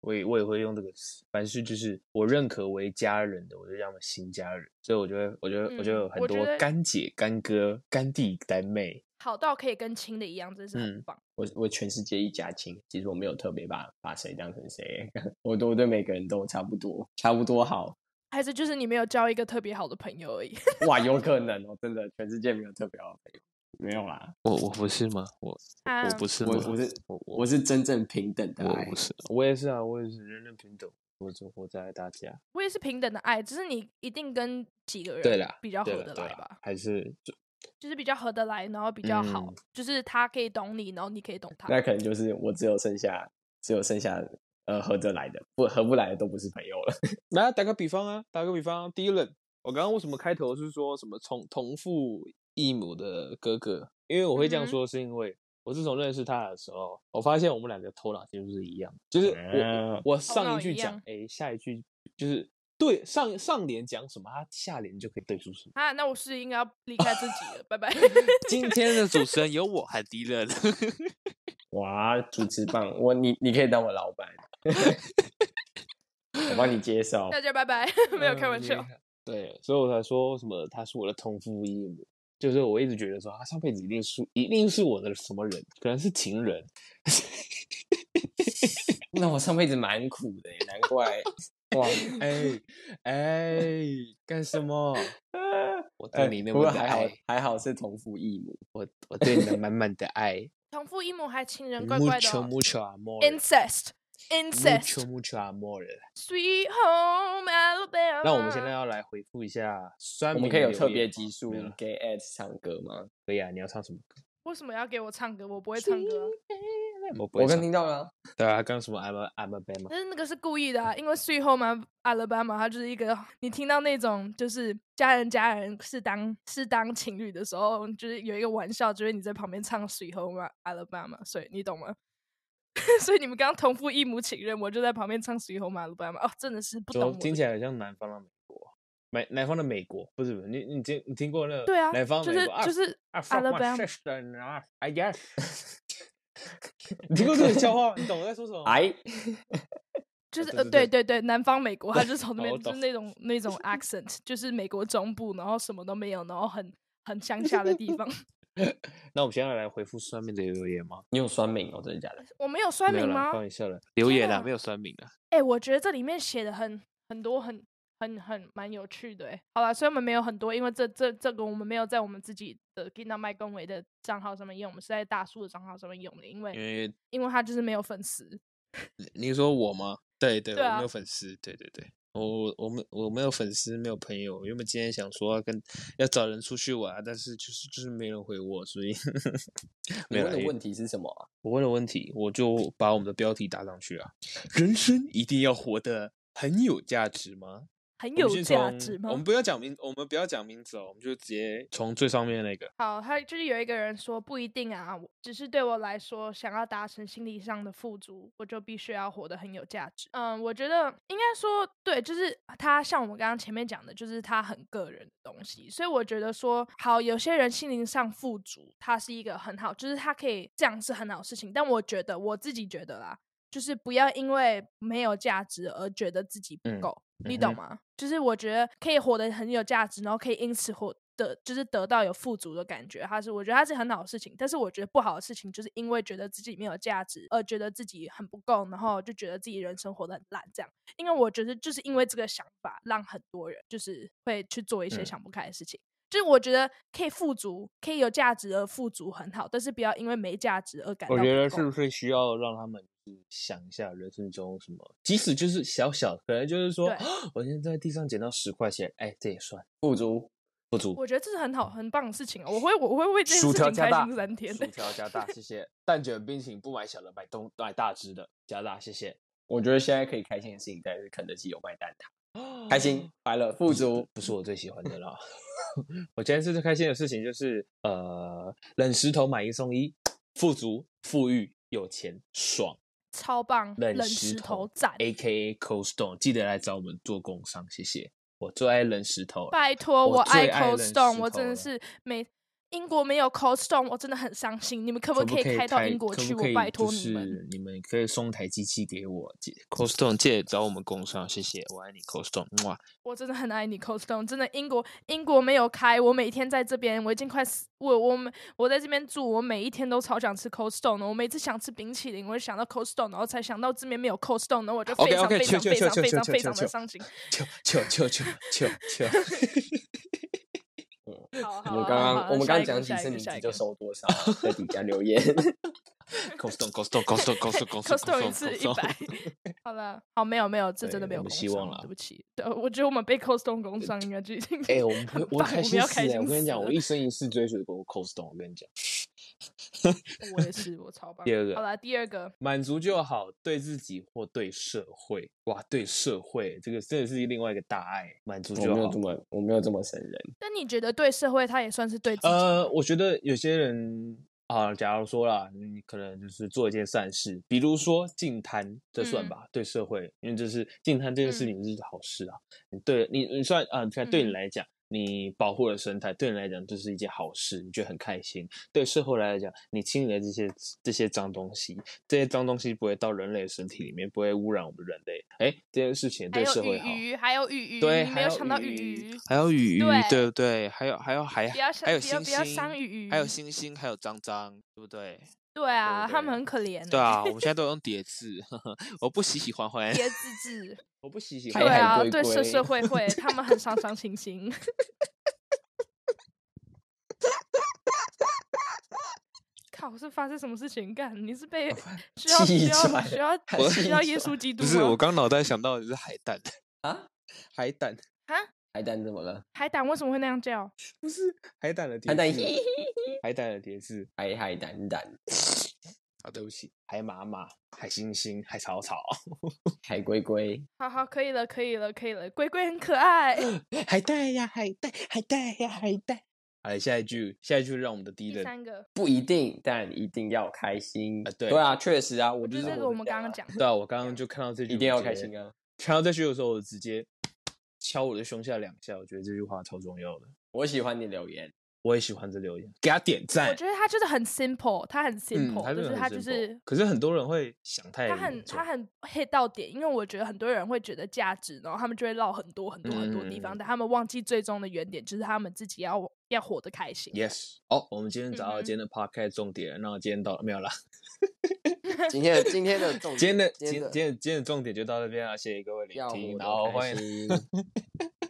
Speaker 2: 我也我也会用这个词。凡是就是我认可为家人的，我就叫他们新家人。所以我觉得，我觉得，我就
Speaker 1: 嗯
Speaker 2: 有很
Speaker 1: 我觉
Speaker 2: 多
Speaker 1: 得
Speaker 2: 干姐、干哥、干弟、干妹。
Speaker 1: 好到可以跟亲的一样，真是很
Speaker 2: 嗯
Speaker 1: 棒。
Speaker 3: 我我全世界一家亲，其实我没有特别把把谁当成谁， (laughs) 我都我对每个人都差不多，差不多好。
Speaker 1: 还是就是你没有交一个特别好的朋友而已。 (laughs)
Speaker 3: 哇，有可能哦，真的，全世界没有特别好的朋友，没有啦，
Speaker 4: 我我不是吗？我
Speaker 1: 啊
Speaker 4: 我不是吗？
Speaker 3: 我我是
Speaker 4: 我我
Speaker 3: 我是真正平等的
Speaker 4: 我
Speaker 3: 爱
Speaker 4: 不，是。
Speaker 2: 我也是啊，我也是人人平等，我只活在大家。
Speaker 1: 我也是平等的爱，只是你一定跟几个人
Speaker 2: 对啦，
Speaker 1: 比较合
Speaker 2: 对啦
Speaker 1: 得
Speaker 2: 对
Speaker 1: 来
Speaker 2: 啦
Speaker 1: 吧，
Speaker 2: 还是就
Speaker 1: 就是比较合得来，然后比较好，
Speaker 2: 嗯
Speaker 1: 就是他可以懂你，然后你可以懂他。
Speaker 3: 那可能就是我只有剩下只有剩下呃合得来的，不合不来的都不是朋友了。 (laughs)
Speaker 2: 来打个比方啊，打个比方、啊，第一轮，我刚刚为什么开头是说什么从同父异母的哥哥？因为我会这样
Speaker 1: 嗯哼
Speaker 2: 说，是因为我自从认识他的时候，我发现我们两个头脑几乎是一样，就是我、
Speaker 4: 哦
Speaker 3: 啊
Speaker 2: 我上
Speaker 1: 脑
Speaker 2: 一句
Speaker 1: 一
Speaker 2: 讲
Speaker 1: 样
Speaker 2: A，下一句就是对上上联讲什么，他下联就可以对出什么。
Speaker 1: 啊，那我是应该要离开自己了，拜
Speaker 2: (laughs)
Speaker 1: 拜。
Speaker 4: 今天的主持人有我和迪 (laughs) 乐，
Speaker 3: 哇，主持棒，我你你可以当我老板， (laughs) 我帮你介绍
Speaker 1: 大。家拜拜，没有开
Speaker 2: 嗯
Speaker 1: 玩笑。
Speaker 2: 对，所以我才说什么他是我的同父异母，就是我一直觉得说啊他上辈子一定是一定是我的什么人，可能是情人，
Speaker 3: 那我上辈子蛮苦的耶，难怪 (laughs) 哇。
Speaker 2: 哎哎，干什 (laughs)
Speaker 3: (laughs)
Speaker 2: 么？我对你那
Speaker 3: 哎不
Speaker 2: 么的
Speaker 3: 过还好
Speaker 2: 爱，，
Speaker 3: 还好是同父异母。
Speaker 2: 我我对你的满满的
Speaker 1: (laughs)
Speaker 2: 爱
Speaker 1: 同父异母还情人怪怪的
Speaker 2: ，mucho
Speaker 1: 哦、
Speaker 2: mucho amor。
Speaker 1: incest
Speaker 2: Mucho
Speaker 1: incest
Speaker 2: mucho amor。
Speaker 1: sweet home Alabama。
Speaker 2: 那我们现在要来回复一下酸
Speaker 3: 我
Speaker 2: 民，
Speaker 3: 们可以有特别集数
Speaker 2: 没有了
Speaker 3: 给 Ed 唱歌吗？
Speaker 2: 可以啊，你要唱什么歌？
Speaker 1: 为什么要给我唱歌？我不会唱歌啊、
Speaker 2: 我不
Speaker 3: 我
Speaker 2: 会
Speaker 3: 刚
Speaker 2: 唱。
Speaker 3: 听到了，
Speaker 2: 对啊，刚刚什么 I'm a I'm a b a m a
Speaker 1: 但是那个是故意的、啊，因为 Sweet Home Al- Alabama 它就是一个你听到那种就是家人家人是当是当情侣的时候，就是有一个玩笑，就是你在旁边唱 Sweet Home Alabama，所以你懂吗？ (laughs) 所以你们刚刚同父异母情人，我就在旁边唱 Sweet Home Alabama，哦，真的是不懂
Speaker 2: 就
Speaker 1: (laughs) 我的。
Speaker 2: 听起来很像南方的美国，美南方的美国不是不是，你你听你听过那个
Speaker 1: 对啊，
Speaker 2: 南方
Speaker 1: 就
Speaker 2: 美
Speaker 1: 是
Speaker 2: 国啊
Speaker 1: 就是
Speaker 2: 啊
Speaker 1: Alabama，
Speaker 2: sister 啊，I guess，你听过这个笑话？你懂我在说什么吗？
Speaker 3: 哎，
Speaker 1: 就是
Speaker 2: 对
Speaker 1: 呃，对
Speaker 2: 对对
Speaker 1: 对对，南方美国，
Speaker 2: (laughs)
Speaker 1: 他就是从那
Speaker 2: 好
Speaker 1: 边
Speaker 2: 我
Speaker 1: 就是
Speaker 2: 懂
Speaker 1: 那种
Speaker 2: (laughs)
Speaker 1: 那种 accent，就是美国中部，然后什么都没有，然后很很乡下的地
Speaker 2: (laughs)
Speaker 1: 方。
Speaker 2: 那我们现在来回复上面的留言吗？
Speaker 3: 你有酸敏哦，真的假的？
Speaker 1: 我们有酸
Speaker 2: 没有
Speaker 1: 民
Speaker 2: 啦
Speaker 1: 吗？
Speaker 2: 开玩笑了。
Speaker 4: 留言
Speaker 1: 天
Speaker 4: 啦，
Speaker 1: 啊
Speaker 4: 没有酸名啦。
Speaker 1: 哎、我觉得这里面写的很很多很很很蛮有趣的哎。好了，虽然我们没有很多，因为这这这个我们没有在我们自己的 g i n a m y 公维的账号上面用，我们是在大树的账号上面用的，因
Speaker 4: 因
Speaker 1: 为
Speaker 4: 为
Speaker 1: 因为他就是没有粉丝。
Speaker 2: 你说我吗？对对，
Speaker 1: 对
Speaker 2: 我
Speaker 1: 啊
Speaker 2: 没有粉丝，对对对，我我没我没有粉丝，没有朋友。原本今天想说要跟要找人出去玩，啊但是就是就是没人回我，所以
Speaker 1: (laughs)
Speaker 3: 你
Speaker 2: 没有
Speaker 3: 问
Speaker 2: 啦。
Speaker 3: 的
Speaker 2: 也
Speaker 3: 问题是什么啊？
Speaker 2: 我问了问题，我就把我们的标题打上去啊。人生一定要活得很有价值吗？
Speaker 1: 很
Speaker 2: 我
Speaker 1: 有
Speaker 2: 们先
Speaker 1: 价
Speaker 2: 从
Speaker 1: 值吗
Speaker 2: 我？们不要讲名，我们不要讲名字哦，我们就直接从最上面那个。
Speaker 1: 好，他就是有一个人说不一定啊，我只是对我来说，想要达成心理上的富足，我就必须要活得很有价值。嗯，我觉得应该说对，就是他像我们刚刚前面讲的，就是他很个人的东西，所以我觉得说好，有些人心灵上富足，他是一个很好，就是他可以这样是很好的事情。但我觉得我自己觉得啦，就是不要因为没有价值而觉得自己不
Speaker 2: 嗯
Speaker 1: 够。你
Speaker 2: 嗯
Speaker 1: 懂
Speaker 2: 哼
Speaker 1: 吗？就是我觉得可以活得很有价值，然后可以因此活得就是得到有富足的感觉。它是我觉得它是很好的事情，但是我觉得不好的事情就是因为觉得自己没有价值而觉得自己很不够，然后就觉得自己人生活得很烂这样。因为我觉得就是因为这个想法，让很多人就是会去做一些
Speaker 2: 嗯
Speaker 1: 想不开的事情。就是我觉得可以富足，可以有价值而富足很好，但是不要因为没价值而感到
Speaker 2: 我觉
Speaker 1: 不
Speaker 2: 得
Speaker 1: 够
Speaker 2: 是不是需要让他们就是想一下人生中什么，即使就是小小，可能就是说
Speaker 1: 对，
Speaker 2: 我现在在地上捡到十块钱，哎，这也算
Speaker 3: 富足，
Speaker 2: 不足。
Speaker 1: 我觉得这是很好很棒的事情啊！我会我会为这件
Speaker 3: 薯
Speaker 1: 事
Speaker 3: 条
Speaker 1: 情
Speaker 3: 加
Speaker 1: 开
Speaker 3: 大
Speaker 1: 心三天
Speaker 3: 薯
Speaker 1: 的。
Speaker 3: 条加大，谢谢。
Speaker 2: 蛋卷冰淇淋不买小的，买东买大只的，加大谢谢。
Speaker 3: 我觉得现在可以开心的事情，但是肯德基有卖蛋挞，
Speaker 1: 嗯
Speaker 3: 开心、快乐、富足。
Speaker 2: 不是我最喜欢的啦。 (laughs) 我今天是最开心的事情就是呃，冷石头买一送一，富足、富裕、有钱、爽。
Speaker 1: (laughs) 超棒，
Speaker 2: 冷
Speaker 1: 石
Speaker 2: 石
Speaker 1: 头
Speaker 2: 头哎
Speaker 1: 赞，
Speaker 2: A K A Cold Stone，记得来找我们做工商，谢谢。我最爱冷石头了，
Speaker 1: 拜托，
Speaker 2: 我
Speaker 1: 爱
Speaker 2: 最爱
Speaker 1: Cold
Speaker 2: 冷石
Speaker 1: Stone，我
Speaker 2: 头
Speaker 1: 真的
Speaker 2: 了
Speaker 1: 是没英国没有 Cold Stone，我真的很伤心。你们可不
Speaker 2: 可不
Speaker 1: 可以
Speaker 2: 可以
Speaker 1: 开到英国
Speaker 2: 可不
Speaker 1: 去？
Speaker 2: 可
Speaker 1: 我
Speaker 2: 以
Speaker 1: 拜托
Speaker 2: 就
Speaker 1: 你们。
Speaker 2: 是你们可以送台机器给我。姐
Speaker 4: c o s t o n 借找我们工商，谢谢，我爱你 c o s t o n 哇，
Speaker 1: 我真的很爱你，Cold Stone。真的，英国英国没有开，我每天在这边，我已经快死，我我每我在这边住，我每一天都超想吃 Cold Stone 的。我每次想吃冰淇淋，我就想到 Cold Stone，然后才想到这边没有 Cold Stone，然后我就非
Speaker 2: OK，
Speaker 1: 常
Speaker 2: OK，
Speaker 1: 非常
Speaker 2: 去
Speaker 1: 非
Speaker 2: 去
Speaker 1: 常
Speaker 2: 去
Speaker 1: 非常
Speaker 2: 去
Speaker 1: 非
Speaker 2: 去
Speaker 1: 常
Speaker 2: 去
Speaker 1: 的伤心。
Speaker 2: (laughs) 求求求求
Speaker 4: (laughs)
Speaker 2: 求求！
Speaker 1: 好，
Speaker 3: (laughs) 我
Speaker 1: 好好
Speaker 3: 们
Speaker 1: 好
Speaker 3: 刚刚
Speaker 1: 好
Speaker 3: 我们
Speaker 1: 下
Speaker 3: 刚
Speaker 1: 一个
Speaker 3: 讲几
Speaker 1: 下一
Speaker 3: 次
Speaker 1: 个
Speaker 3: 名
Speaker 1: 下
Speaker 3: 字
Speaker 1: 一
Speaker 3: 就
Speaker 1: (laughs) 个
Speaker 3: 收多少，在底下留言。 (laughs)
Speaker 4: c o s t o n c o s t o n c o s t o n c o s t o n c o s t o
Speaker 1: Costco
Speaker 4: n
Speaker 1: 一次一百。好了，好，没有没有，这真的
Speaker 2: 对
Speaker 1: 没有工
Speaker 2: 我们
Speaker 1: 伤，
Speaker 2: 希望啦
Speaker 1: 对不起。对，我觉得我们被 Costco 工伤应该就已经
Speaker 3: 哎、我们
Speaker 1: 很 (laughs)
Speaker 3: 我
Speaker 1: 棒
Speaker 3: 开
Speaker 1: 我们
Speaker 3: 心
Speaker 1: 要
Speaker 3: 死
Speaker 1: 开
Speaker 3: 了！
Speaker 1: 心
Speaker 3: 我跟你讲，
Speaker 1: 死
Speaker 3: 我
Speaker 1: 了
Speaker 3: 一生一世追随过 Cold Stone。我跟你讲，
Speaker 1: 我也是，我超棒。
Speaker 2: 第二个
Speaker 1: 好了，第二个，
Speaker 2: 满足就好，对自己或对社会，哇，对社会这个真的是另外一个大爱，满
Speaker 4: 哦
Speaker 2: 足
Speaker 3: 我
Speaker 2: 就
Speaker 3: 没有
Speaker 2: 好
Speaker 3: 这。么我没有这么神人。
Speaker 1: 那你觉得对社会他也算是对自己
Speaker 2: 呃
Speaker 1: 吗？，
Speaker 2: 我觉得有些人啊，假如说啦，你可能就是做一件善事，比如说净摊，这算
Speaker 1: 嗯
Speaker 2: 吧，对社会，因为这是净摊这件事
Speaker 1: 嗯
Speaker 2: 情是好事啊。你对你，你算啊，你看对你
Speaker 1: 嗯
Speaker 2: 来讲，你保护了生态，对你来讲这是一件好事，你觉得很开心。对社会来讲，你清理了这些这些脏东西，这些脏东西不会到人类的身体里面，不会污染我们人类。哎，这件事情
Speaker 1: 还
Speaker 2: 对
Speaker 1: 有
Speaker 2: 社会好。
Speaker 1: 鱼鱼，还有鱼鱼，
Speaker 2: 对
Speaker 1: 你没
Speaker 2: 还
Speaker 1: 有
Speaker 2: 有
Speaker 1: 想到
Speaker 2: 鱼
Speaker 1: 鱼鱼，
Speaker 4: 还有雨鱼，
Speaker 1: 对
Speaker 4: 对不对？还有还有还
Speaker 1: 不要想
Speaker 4: 还有
Speaker 1: 不要
Speaker 4: 星
Speaker 1: 不
Speaker 4: 星，
Speaker 1: 要伤鱼鱼
Speaker 4: 还有星星，还有脏脏，对不对？
Speaker 1: 对啊，
Speaker 4: 对
Speaker 1: 他们很可怜欸。
Speaker 4: 对啊，我们现在都用叠
Speaker 2: (laughs)
Speaker 4: 字，我不喜喜欢欢。
Speaker 1: 别自制，
Speaker 2: 我不喜喜
Speaker 3: 海
Speaker 1: 对
Speaker 2: 欢
Speaker 3: 海
Speaker 1: 啊，
Speaker 3: 龟
Speaker 1: 对社
Speaker 3: 龟
Speaker 1: 社会会，他们很伤伤心心。 (laughs) 靠！是发生什么事情？干，你是
Speaker 3: (laughs)
Speaker 1: 被需要需
Speaker 3: 气
Speaker 1: 要
Speaker 3: 喘
Speaker 1: 需要
Speaker 3: 我
Speaker 1: 需要耶
Speaker 3: 气
Speaker 1: 稣基督
Speaker 4: 不是，我
Speaker 1: 吗？
Speaker 4: 刚脑袋想到的是海胆，
Speaker 3: 啊，
Speaker 4: 海胆
Speaker 3: 海胆怎么了？
Speaker 1: 海胆为什么会那样叫？
Speaker 2: 不是海胆的叠
Speaker 3: 海胆
Speaker 2: 字，
Speaker 3: 嘿嘿
Speaker 2: 海胆的叠字。
Speaker 3: 海海胆胆，
Speaker 2: 啊，对不起，海马马、海星星、海草草、
Speaker 3: 海龟龟，
Speaker 1: 好好，可以了，可以了，可以了。龟龟很可爱，
Speaker 2: 海带呀、海带、海带呀、海带。好了，下一句，下一句让我们的敌
Speaker 1: 第
Speaker 2: 人。
Speaker 1: 三个，
Speaker 3: 不一定，但一定要开心
Speaker 2: 啊对
Speaker 3: 啊，确实啊，我
Speaker 1: 我
Speaker 3: 就
Speaker 1: 觉
Speaker 3: 是
Speaker 1: 得这个我
Speaker 3: 活成
Speaker 1: 们
Speaker 3: 这
Speaker 1: 刚
Speaker 3: 样
Speaker 1: 刚
Speaker 3: 啊，
Speaker 1: 讲的，
Speaker 2: 对啊，我刚刚就看到这句，
Speaker 3: 一定要开心
Speaker 2: 啊！
Speaker 3: 啊！
Speaker 2: 看到这句的时候，我直接敲我的胸下两下，我觉得这句话超重要的。
Speaker 3: 我喜欢你留言，
Speaker 2: 我也喜欢这留言，给他点
Speaker 1: 我
Speaker 2: 赞。
Speaker 1: 觉得他就是很 simple，他很
Speaker 2: 嗯，
Speaker 1: simple，、
Speaker 2: 他
Speaker 1: 就
Speaker 2: 真的
Speaker 1: 是
Speaker 2: 很
Speaker 1: 他就
Speaker 2: simple
Speaker 1: 是
Speaker 2: 可是很多人会想太
Speaker 1: 他
Speaker 2: 严
Speaker 1: 很
Speaker 2: 重，
Speaker 1: 他很 hit 到点，因为我觉得很多人会觉得价值，然后他们就会绕很多很多很多地方，
Speaker 2: 嗯
Speaker 1: 但他们忘记最终的原点，就是他们自己要要活得开心。
Speaker 2: yes。哦，我们今天
Speaker 1: 嗯
Speaker 2: 找到
Speaker 1: 哼
Speaker 2: 今天的 podcast 重点了，那今天到了没有啦？
Speaker 3: 今天的今天的重点，
Speaker 2: 今天
Speaker 1: (laughs)
Speaker 2: 的今
Speaker 3: 今
Speaker 2: 天今
Speaker 3: 天
Speaker 2: 天今天的重点就到这边了，啊谢谢各位聆
Speaker 3: 要
Speaker 2: 听，
Speaker 3: 活
Speaker 2: 然后
Speaker 3: 得
Speaker 2: 欢
Speaker 3: 开
Speaker 2: 迎。
Speaker 3: 心，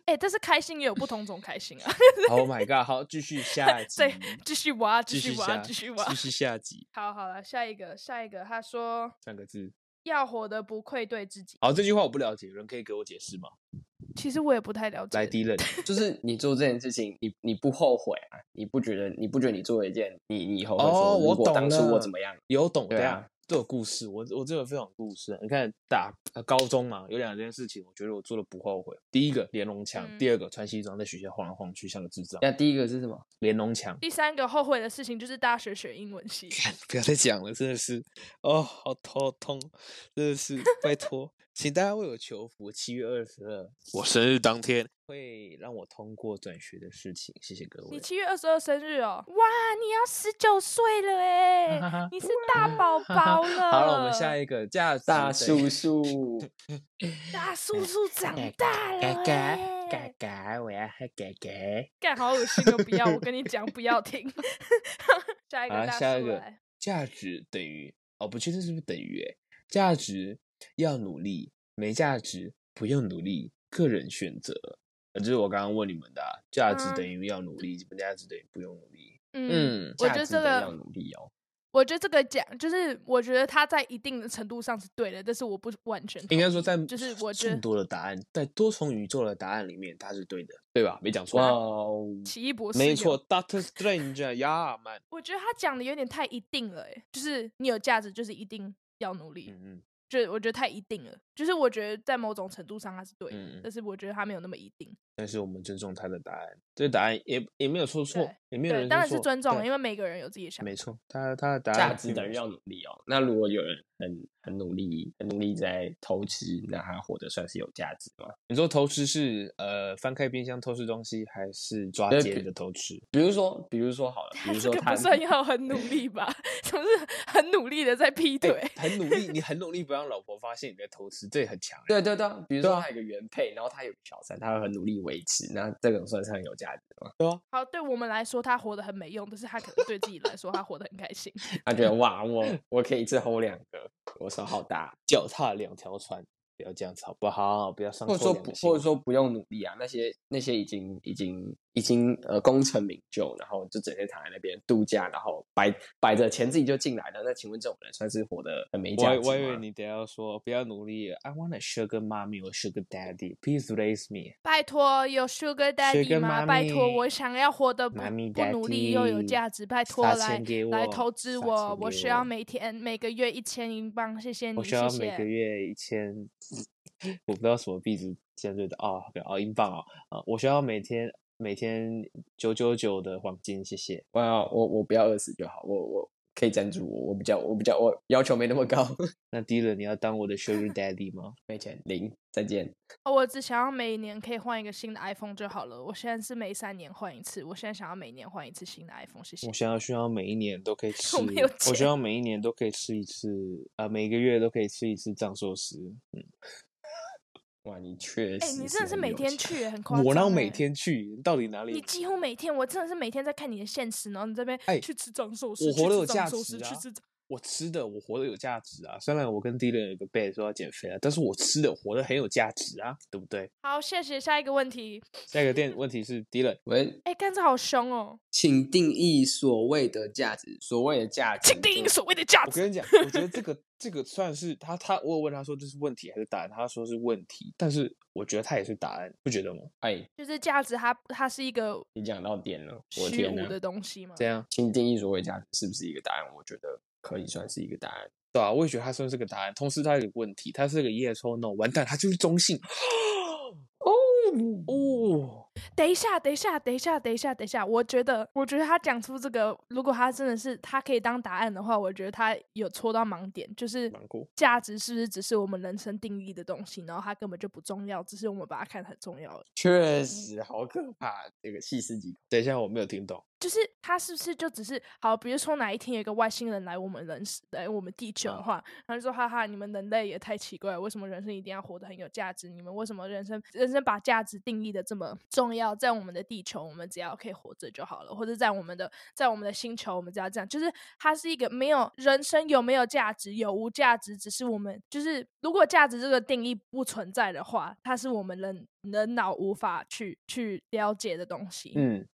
Speaker 1: 哎、但是开心也有不同种开心啊！ (laughs)
Speaker 2: Oh my god！好，继续下集
Speaker 1: 对，继续挖，继
Speaker 2: 继续
Speaker 1: 续挖，
Speaker 2: 下，
Speaker 1: 继续挖
Speaker 2: 继。续下集，
Speaker 1: 好，好了，下一个，下一个，他说
Speaker 2: 三个字。
Speaker 1: 要活得不愧对自己。
Speaker 2: 好，这句话我不了解，有人可以给我解释吗？
Speaker 1: 其实我也不太了解，
Speaker 2: 来敌人，
Speaker 3: (laughs) 就是你做这件事情，你你不后悔啊，你不觉得你不觉得你做了一件你你以后会
Speaker 2: 哦
Speaker 3: 说，
Speaker 2: 我
Speaker 3: 如果
Speaker 2: 懂
Speaker 3: 当初我
Speaker 2: 了
Speaker 3: 怎么样？
Speaker 2: 有懂
Speaker 3: 对
Speaker 2: 的
Speaker 3: 啊
Speaker 2: 呀，都有故事，我我这个非常有故事啊。你看打呃高中嘛，有两件事情，我觉得我做的不后悔。第一个连龙墙，
Speaker 1: 嗯
Speaker 2: 第二个穿西装在学校晃来晃去像个智障。
Speaker 3: 那第一个是什么？
Speaker 2: 连龙墙，
Speaker 1: 第三个后悔的事情就是大学学英文系，
Speaker 2: 不要再讲了，真的是，哦，好头痛，真的是，拜托，请大家为我求福。七月二十二
Speaker 4: 我生日当天，
Speaker 2: 会让我通过转学的事情，谢谢各
Speaker 1: 你
Speaker 2: 位。
Speaker 1: 七月二十二生日哦，哇，你要十九岁了哎、
Speaker 2: 哈 (laughs) 哈
Speaker 1: 你是大宝宝了。
Speaker 2: 好了，我们下一个价值
Speaker 3: 大
Speaker 2: 等于
Speaker 3: 叔
Speaker 2: (laughs)
Speaker 3: 叔，
Speaker 1: 大
Speaker 2: 哎
Speaker 1: 叔叔长大了哎、
Speaker 2: 嘎，我要喝嘎嘎。
Speaker 1: 干好恶心哦！不 (laughs) 要，我跟你讲，不要 (laughs) 听。下一个
Speaker 2: 好，
Speaker 1: 大叔
Speaker 2: 啊下一个
Speaker 1: 来，
Speaker 2: 价值等于哦，不确定是不是等于欸价值要努力，没价值不用努力，个人选择。呃，这是我刚刚问你们的啊、价值
Speaker 1: 嗯
Speaker 2: 等于要努力，没价值等于不用努力。
Speaker 1: 嗯，
Speaker 2: 嗯，
Speaker 1: 我
Speaker 3: 价
Speaker 1: 觉得
Speaker 3: 值
Speaker 1: 这
Speaker 3: 得
Speaker 1: 个
Speaker 3: 要努力哦。
Speaker 1: 我觉得这个讲就是，我觉得他在一定的程度上是对的，但是我不完全
Speaker 2: 应该
Speaker 1: 同
Speaker 2: 说
Speaker 1: 意
Speaker 2: 在
Speaker 1: 就是我觉
Speaker 2: 众
Speaker 1: 得
Speaker 2: 多的答案，在多重宇宙的答案里面，它是对的，对吧？没讲错
Speaker 3: 哇
Speaker 2: 啊。
Speaker 3: 哦，
Speaker 1: 奇异博士
Speaker 2: 没
Speaker 1: 有
Speaker 2: 错，Doctor Strange 呀、man，
Speaker 1: 我觉得他讲的有点太一定了，哎，就是你有价值，就是一定要努力，
Speaker 2: 嗯嗯，
Speaker 1: 就是我觉得太一定了，就是我觉得在某种程度上他是对的，
Speaker 2: 嗯嗯
Speaker 1: 但是我觉得他没有那么一定。
Speaker 2: 但是我们尊重他的答案，这答案也也没有说错
Speaker 1: 对，
Speaker 2: 也没有人
Speaker 1: 对，
Speaker 2: 说
Speaker 1: 当然是
Speaker 2: 错
Speaker 1: 尊重，啊
Speaker 2: 对
Speaker 1: 因为每个人有自己的想法。
Speaker 2: 没错，他他的答案
Speaker 3: 价值
Speaker 2: 并
Speaker 3: 等
Speaker 2: 没
Speaker 3: 于
Speaker 2: 有
Speaker 3: 要努力哦。那如果有人很很努力、很努力在偷吃，那他活得算是有价值吗？
Speaker 2: 你说偷吃是呃翻开冰箱偷吃东西，还是抓
Speaker 3: 对
Speaker 2: 奸
Speaker 3: 比
Speaker 2: 的偷
Speaker 3: (laughs)
Speaker 2: 吃？
Speaker 3: 比如说，比如说好了，比
Speaker 1: 他 (laughs)
Speaker 3: 如
Speaker 1: 这
Speaker 3: 说
Speaker 1: 个不
Speaker 3: 他
Speaker 1: 算要很努力吧？ (laughs) 总是很努力的在劈
Speaker 2: 哎
Speaker 1: 腿。
Speaker 2: 很努力，你很努力不让老婆发现你在偷吃，这也很强欸。
Speaker 3: 对对对啊，比如说他有个原配，然后他有个小三，他会很努力维持，那这种算是很有价值的吗？
Speaker 1: 好，对我们来说他活得很没用，但是他可能对自己来说他活得很开心。 (laughs)
Speaker 3: 他觉得哇，我我可以一次吼两个，我手好大，
Speaker 2: 脚踏两条船，不要这样子好不好？不要伤
Speaker 3: 或者
Speaker 2: 透
Speaker 3: 说
Speaker 2: 良
Speaker 3: 不，
Speaker 2: 心
Speaker 3: 或者说不用努力啊，那些那些已经已经已经呃功成名就，然后就整天躺在那边度假，然后摆摆着钱自己就进来了，那请问这种人算是活得很没
Speaker 2: 我
Speaker 3: 价
Speaker 2: 还
Speaker 3: 值
Speaker 2: 我以为
Speaker 3: 吗？
Speaker 2: 你等一下要说不要努力了，I want a sugar mommy or sugar daddy, please raise me。
Speaker 1: 拜托，有 Sugar Daddy
Speaker 2: Sugar
Speaker 1: 吗？拜托，我
Speaker 2: Mommy
Speaker 1: 想要活得不
Speaker 2: Mommy
Speaker 1: 不努力又有
Speaker 2: Daddy，
Speaker 1: 价值，拜托
Speaker 2: 撒
Speaker 1: 来
Speaker 2: 钱给
Speaker 1: 来
Speaker 2: 我
Speaker 1: 投资
Speaker 2: 撒
Speaker 1: 我，
Speaker 2: 钱
Speaker 1: 我
Speaker 2: 给
Speaker 1: 需要
Speaker 2: 我
Speaker 1: 每天每个月一千英镑，谢谢你，
Speaker 2: 我
Speaker 3: 嗯
Speaker 2: 需
Speaker 1: 谢
Speaker 2: 要每个
Speaker 1: 谢。
Speaker 2: 月一千，我不知道什么币值现在对的哦，哦英镑哦，啊、我需要每天每天九九九的黄金，谢谢。
Speaker 3: 我要我我不要饿死就好，我我可以赞助我，我比较我比较我要求没那么高， (laughs)
Speaker 2: 那 Dylan，你要当我的 sugar daddy 吗？
Speaker 3: 没钱零，再见。
Speaker 1: 哦，我只想要每年可以换一个新的 iPhone 就好了。我现在是每三年换一次，我现在想要每年换一次新的 iPhone，谢谢
Speaker 2: 我。想要需要每一年都可以吃，
Speaker 1: 没有
Speaker 2: 我需
Speaker 1: 钱
Speaker 2: 要每一年都可以吃一次，啊、每个月都可以吃一次藏寿司。嗯
Speaker 3: 哇，你确实，
Speaker 1: 哎、你真的是每天，去，很夸张、欸。
Speaker 2: 我让每天去，到底哪
Speaker 1: 你
Speaker 2: 里？
Speaker 1: 几乎每天，我真的是每天在看你的现实，然后你这边
Speaker 2: 哎
Speaker 1: 去吃藏寿司，
Speaker 2: 我
Speaker 1: 去
Speaker 2: 活得
Speaker 1: 吃
Speaker 2: 有
Speaker 1: 藏
Speaker 2: 价
Speaker 1: 寿司
Speaker 2: 值
Speaker 1: 去
Speaker 2: 啊
Speaker 1: 吃藏！
Speaker 2: 我吃的，我活得有价值啊！虽然我跟 Dylan 有一个 bet 说要减肥啊，但是我吃的我活得很有价值啊，对不对？
Speaker 1: 好，谢谢。下一个问题，
Speaker 2: 下一个电问题是 Dylan，
Speaker 3: 喂，
Speaker 1: 哎、干这好凶哦！
Speaker 3: 请定义所谓的价值，所谓的价值，
Speaker 1: 请定义所谓的价
Speaker 2: 我
Speaker 1: 值。
Speaker 2: 跟你讲，我觉得这个这个算是他他，我有问他说这是问题还是答案，他说是问题，但是我觉得他也是答案，不觉得吗？
Speaker 3: 哎，
Speaker 1: 就是价值它，它是一个
Speaker 3: 你讲到点了，我
Speaker 1: 虚
Speaker 3: 天
Speaker 1: 无
Speaker 3: 哪！
Speaker 1: 的东西嘛。
Speaker 2: 这样
Speaker 3: 请定义所谓价值是不是一个答案？我觉得可以算是一个答案。
Speaker 2: 对啊，我也觉得他算是个答案，同时他有个问题，他是个 yes or no，完蛋，他就是中性。哦 (gasps) 哦，
Speaker 1: 等一下，等一下，等一下，等一下，等一下，我觉得，我觉得他讲出这个，如果他真的是他可以当答案的话，我觉得他有戳到盲点，就是
Speaker 2: 盲过
Speaker 1: 价值是不是只是我们人生定义的东西，然后它根本就不重要，只是我们把它看得很重要而已。
Speaker 3: 确实好可怕，这个细思极恐。
Speaker 2: 等一下，我没有听懂。
Speaker 1: 就是他是不是就只是好？比如说哪一天有一个外星人来我们人世来我们地球的话，他就说哈哈，你们人类也太奇怪了，为什么人生一定要活得很有价值？你们为什么人生人生把价值定义的这么重要？在我们的地球，我们只要可以活着就好了，或者在我们的在我们的星球，我们只要这样。就是它是一个没有人生有没有价值，有无价值，只是我们就是如果价值这个定义不存在的话，它是我们人人脑无法去去了解的东西，
Speaker 2: 嗯，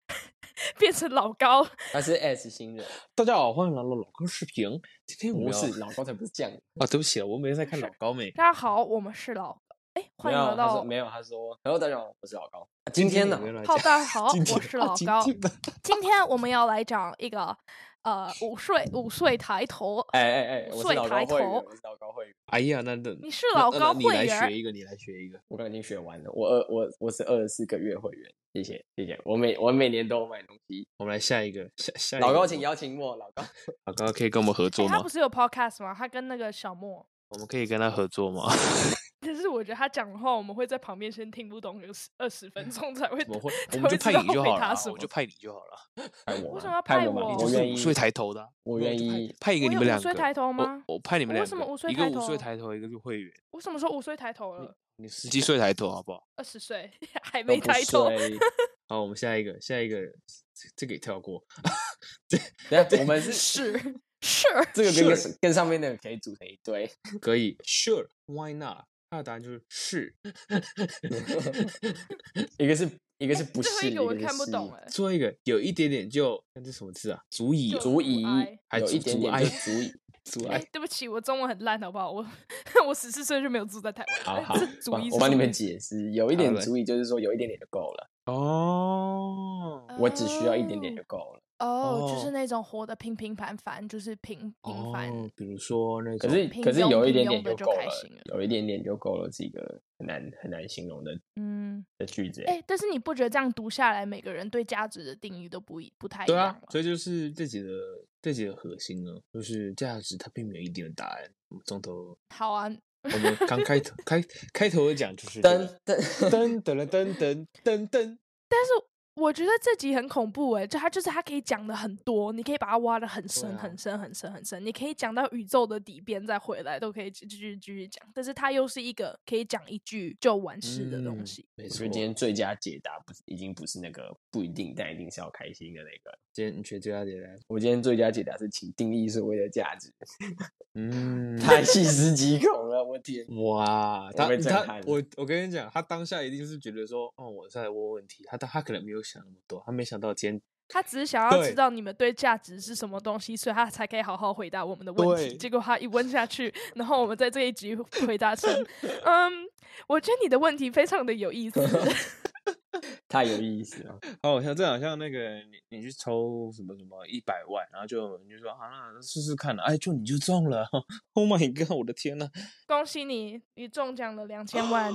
Speaker 1: 变成老高。
Speaker 3: 他是 S 星人，
Speaker 2: 大家好，欢迎来到老高视频。今天我
Speaker 3: 不
Speaker 2: 们要
Speaker 3: 是老高才不是这样。
Speaker 2: 啊，对不起，我每天在看
Speaker 1: 没
Speaker 2: 老
Speaker 1: 事
Speaker 2: 高妹。
Speaker 1: 大家好，我们是老哎，欢迎来
Speaker 3: 没有他
Speaker 1: 到
Speaker 3: 说没有，他说，Hello，大家好，我是老高。啊今天呢
Speaker 2: 我？们来
Speaker 1: 浩
Speaker 2: 讲
Speaker 1: 大好，
Speaker 2: 今天
Speaker 1: 我是老
Speaker 2: 今
Speaker 1: 高。
Speaker 2: 天的
Speaker 1: 今天我们要来讲一个呃午睡午睡抬头。
Speaker 3: 哎哎哎，我是
Speaker 1: 睡
Speaker 3: 老
Speaker 1: 抬
Speaker 3: 高会员，
Speaker 1: 头
Speaker 3: 我是老高会员。
Speaker 2: 哎呀，那那
Speaker 1: 你是
Speaker 2: 那
Speaker 1: 老
Speaker 2: 那
Speaker 1: 高
Speaker 2: 你
Speaker 1: 会
Speaker 2: 来
Speaker 1: 员
Speaker 2: 学一个，你来学一个。
Speaker 3: 我刚刚已经学完了，我二我我是二十四个月会员，谢谢谢谢，我每我每年都有买东西。
Speaker 2: 我们来下一个，下下一
Speaker 3: 老
Speaker 2: 个
Speaker 3: 高，请邀请我，老高。
Speaker 4: 老高可以跟我们合
Speaker 1: 哎
Speaker 4: 作
Speaker 1: 他
Speaker 4: 吗
Speaker 1: 不？是有 podcast 吗？他跟那个小莫。
Speaker 4: 我们可以跟他合作吗？
Speaker 1: 但是我觉得他讲的话，我们会在旁边先听不懂，有十二十分钟才会。
Speaker 4: 我
Speaker 1: (laughs)
Speaker 4: 们会，
Speaker 1: 才
Speaker 4: 我们
Speaker 1: 会
Speaker 4: 就
Speaker 1: 知
Speaker 4: 派
Speaker 1: 道
Speaker 4: 你就
Speaker 1: 回
Speaker 4: 好了
Speaker 1: 答
Speaker 4: 啊
Speaker 1: 什，
Speaker 4: 我
Speaker 1: 么
Speaker 4: 就派你就好了。
Speaker 3: 派我
Speaker 1: 为
Speaker 3: 啊
Speaker 1: 什么要
Speaker 3: 派
Speaker 1: 派
Speaker 3: 嘛
Speaker 1: 我
Speaker 3: 你
Speaker 1: 我
Speaker 3: 就
Speaker 4: 就是是
Speaker 3: 愿
Speaker 4: 午
Speaker 3: 意，
Speaker 4: 睡抬头的啊，
Speaker 3: 我
Speaker 4: 就
Speaker 3: 愿
Speaker 4: 派
Speaker 3: 意
Speaker 4: 派一个
Speaker 1: 我
Speaker 4: 你
Speaker 1: 有
Speaker 4: 们
Speaker 1: 午
Speaker 4: 两个。
Speaker 1: 睡抬头吗
Speaker 4: 我我派你们
Speaker 1: 我为
Speaker 4: 两
Speaker 1: 什么午
Speaker 4: 个，
Speaker 1: 睡
Speaker 4: 一个
Speaker 1: 抬
Speaker 4: 午
Speaker 1: 头
Speaker 4: 睡抬头，一个是会员。
Speaker 1: 我什么时候午睡抬头了？
Speaker 2: 你
Speaker 1: (laughs)
Speaker 2: 是
Speaker 4: 十七岁抬头好不好？
Speaker 1: 二十岁 (laughs) 还
Speaker 3: 都
Speaker 1: 没
Speaker 3: 不
Speaker 1: 抬头，
Speaker 3: 睡
Speaker 2: 好，我们下一个，下一个，这这个也跳过。
Speaker 3: 等一下我们
Speaker 1: (laughs)
Speaker 3: 是
Speaker 1: 是是，
Speaker 3: 这个跟跟跟上面那个可以组成一堆。
Speaker 2: 可以，Sure, why not？他的答案就是是。
Speaker 3: 一个是一个是不
Speaker 1: 哎最后
Speaker 3: 是，
Speaker 1: 一个我
Speaker 3: 是
Speaker 1: 看不
Speaker 3: 是
Speaker 1: 懂哎。
Speaker 2: 最后一个有一点点就，那这什么字啊？足以
Speaker 1: 哎就
Speaker 3: 足以
Speaker 1: 哀，
Speaker 2: 还
Speaker 3: 有
Speaker 2: 足
Speaker 3: 一点
Speaker 2: 足
Speaker 3: 点
Speaker 2: 哀
Speaker 3: 就足以，
Speaker 2: 足
Speaker 1: 哎
Speaker 2: 爱，
Speaker 1: 对不起，我中文很烂，好不好？我 (laughs) 我十四岁就没有住在台湾，
Speaker 3: 好
Speaker 1: 哎
Speaker 3: 好
Speaker 1: 这主意
Speaker 3: 我
Speaker 1: 是
Speaker 3: 帮
Speaker 1: 什
Speaker 3: 你
Speaker 1: 么
Speaker 3: 们解释，有一点
Speaker 2: 好嘞
Speaker 3: 足以就是说有一点点就够了，
Speaker 2: 哦，
Speaker 3: 我只需要一点点就
Speaker 1: 哦
Speaker 3: 够了。
Speaker 1: 哦，就
Speaker 2: 哦
Speaker 1: 是那种活得平平凡凡，就是平平凡。
Speaker 2: 哦，比如说那
Speaker 3: 可
Speaker 2: 种，
Speaker 3: 是
Speaker 1: 平
Speaker 3: 可是
Speaker 1: 庸
Speaker 3: 有一
Speaker 1: 平
Speaker 3: 点
Speaker 1: 庸
Speaker 3: 点
Speaker 1: 的就
Speaker 3: 够
Speaker 1: 开
Speaker 3: 了
Speaker 1: 心了，
Speaker 3: 有一点点就够了，是一个很难很难形容的
Speaker 1: 嗯，
Speaker 3: 的句子欸。
Speaker 1: 哎，但是你不觉得这样读下来，每个人对价值的定义都不一不太一
Speaker 2: 对
Speaker 1: 样
Speaker 2: 啊
Speaker 1: 吗，？
Speaker 2: 所以就是这几个这几个核心呢，就是价值它并没有一定的答案。我们从头，
Speaker 1: 好啊，
Speaker 2: 我们刚开头开开头的讲就是这
Speaker 3: 噔
Speaker 2: 个
Speaker 3: 噔，
Speaker 2: 噔噔了噔噔噔噔，
Speaker 1: 我觉得这集很恐怖哎、就它就是它可以讲的很多，你可以把它挖的很深、
Speaker 2: 啊
Speaker 1: 很深很深很深，你可以讲到宇宙的底边再回来都可以继继续继续讲，但是它又是一个可以讲一句就完事的东
Speaker 2: 嗯
Speaker 1: 西。
Speaker 2: 没
Speaker 3: 我
Speaker 2: 错
Speaker 3: 觉得，今天最佳解答不是已经不是那个不一定，但一定是要开心的那个。
Speaker 2: 今天你学最佳解答，
Speaker 3: 我今天最佳解答是，请定义所谓的价值，
Speaker 2: 嗯，
Speaker 3: 太细思极恐了，我天！
Speaker 2: (laughs) 哇，他
Speaker 3: 被震
Speaker 2: 他
Speaker 3: 撼
Speaker 2: 我我跟你讲，他当下一定是觉得说，哦，我在问问题，他他他可能没有想那么多，他没想到今天
Speaker 1: 他只是想要
Speaker 2: 对
Speaker 1: 知道你们对价值是什么东西，所以他才可以好好回答我们的问题。
Speaker 2: 对
Speaker 1: 结果他一问下去，然后我们在这一集回答成，嗯，我觉得你的问题非常的有意
Speaker 2: (laughs)
Speaker 1: 思。
Speaker 3: 太有意思了。
Speaker 2: 哦，像这 (laughs) 好像那个你你去抽什么什么一百万，然后就你就说啊，那试试看啊，哎，就你就中了 (laughs) ，Oh my god，我的天呐、
Speaker 1: 恭喜你，你中奖了两千
Speaker 2: (laughs)
Speaker 1: 万，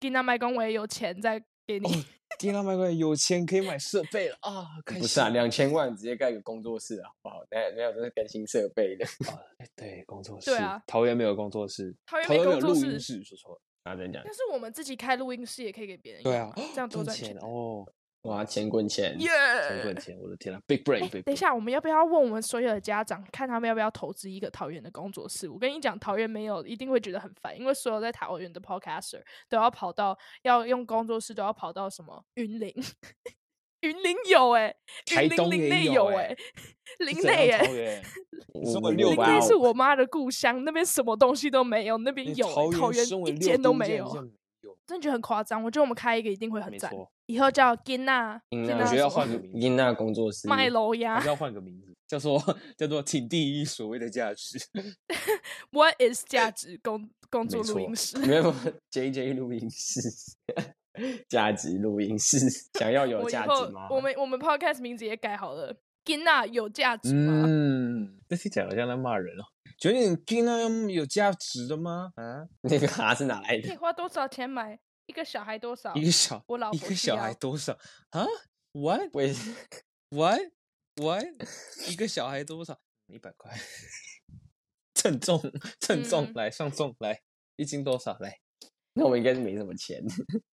Speaker 1: 给那麦公维有钱再给你。
Speaker 2: 哦天呐，麦块有钱可以买设备了啊，开心！
Speaker 3: 不是啊，两千万直接盖个工作室啊好不好？没有没有，都是更新设备的
Speaker 2: 哎对工作室，
Speaker 1: 对
Speaker 3: (laughs)
Speaker 1: 啊
Speaker 2: 桃园没有工作室，
Speaker 1: 桃园
Speaker 2: 桃
Speaker 1: 没
Speaker 2: 园没有
Speaker 1: 工作
Speaker 2: 录
Speaker 1: 室
Speaker 2: 音室，说错了，
Speaker 3: 啊！真讲
Speaker 1: 但，是我们自己开录音室也可以给别人
Speaker 2: 对
Speaker 1: 用
Speaker 2: 啊
Speaker 1: 这样多
Speaker 2: 赚
Speaker 1: 赚
Speaker 2: 钱
Speaker 1: 的
Speaker 2: 哦，
Speaker 3: 哇，钱滚钱！
Speaker 1: 耶
Speaker 2: 钱滚钱，我的
Speaker 3: 啊
Speaker 2: 天呐 b i g brain，, big
Speaker 1: 呃哎等一
Speaker 2: brain
Speaker 1: 下，我们要不要问我们所有的家长，看他们要不要投资一个桃园的工作室？我跟你讲，桃园没有，一定会觉得很烦，因为所有在桃园的 podcaster 都要跑到要用工作室，都要跑到什么云林，云林有哎、
Speaker 2: 台
Speaker 1: 云林
Speaker 2: 东
Speaker 1: 林
Speaker 2: 也
Speaker 1: 内
Speaker 2: 有
Speaker 1: 哎、
Speaker 2: 欸
Speaker 1: (laughs) 林
Speaker 2: 是怎
Speaker 1: 内
Speaker 2: 样
Speaker 1: 哎、
Speaker 2: 桃
Speaker 1: (laughs)
Speaker 2: 园
Speaker 3: 我
Speaker 2: 身
Speaker 3: 我
Speaker 2: 为六
Speaker 1: 林
Speaker 2: 百
Speaker 1: 内
Speaker 2: 五
Speaker 1: 是我妈的故乡，那边什么东西都没有，那边
Speaker 2: 你
Speaker 1: 有、欸、桃园
Speaker 2: 身为
Speaker 1: 一
Speaker 2: 六
Speaker 1: 间都
Speaker 2: 都
Speaker 1: 没
Speaker 2: 竟然
Speaker 1: 有
Speaker 2: 这
Speaker 1: 啊，
Speaker 2: 样
Speaker 1: 真的觉得很夸张。我觉得我们开一个一定会很
Speaker 2: 没
Speaker 1: 赞，
Speaker 2: 错，嗯
Speaker 1: 以后叫金娜，
Speaker 3: 英
Speaker 1: 金
Speaker 3: 娜，
Speaker 1: 娜
Speaker 2: 我觉得要
Speaker 1: 什么
Speaker 2: 换个名字
Speaker 3: 英娜工作室，
Speaker 1: 麦楼
Speaker 2: 还
Speaker 1: 呀
Speaker 2: 是要换个名字，叫做 (laughs) 叫做请定义所谓的价值。
Speaker 1: ，What is 价值工工作
Speaker 3: 没
Speaker 1: 录
Speaker 3: 错
Speaker 1: 音室？
Speaker 3: 没有 JJ 录音室， (laughs) 价值录音室，想要有
Speaker 1: 我以
Speaker 3: 价
Speaker 1: 后
Speaker 3: 值吗？
Speaker 1: 我们我们 podcast 名字也改好了，金娜有价值吗？
Speaker 2: 嗯，那听起来好像在骂人哦。觉得你听到有价值的吗？啊，
Speaker 3: 那个哈是哪来
Speaker 1: 可以
Speaker 3: 的？
Speaker 1: 花多少钱买一个小孩？多少？
Speaker 2: 一个小
Speaker 1: 我老
Speaker 2: 一
Speaker 1: 婆哦需
Speaker 2: 个小孩
Speaker 1: 要
Speaker 2: 多少啊？What
Speaker 3: 我也
Speaker 2: what what？一个小孩多少？一百块。 (laughs) 称重称重
Speaker 1: 嗯
Speaker 2: 来上重来，一斤多少来？
Speaker 3: (laughs) 那我应该是没什么
Speaker 2: (laughs)
Speaker 3: 钱。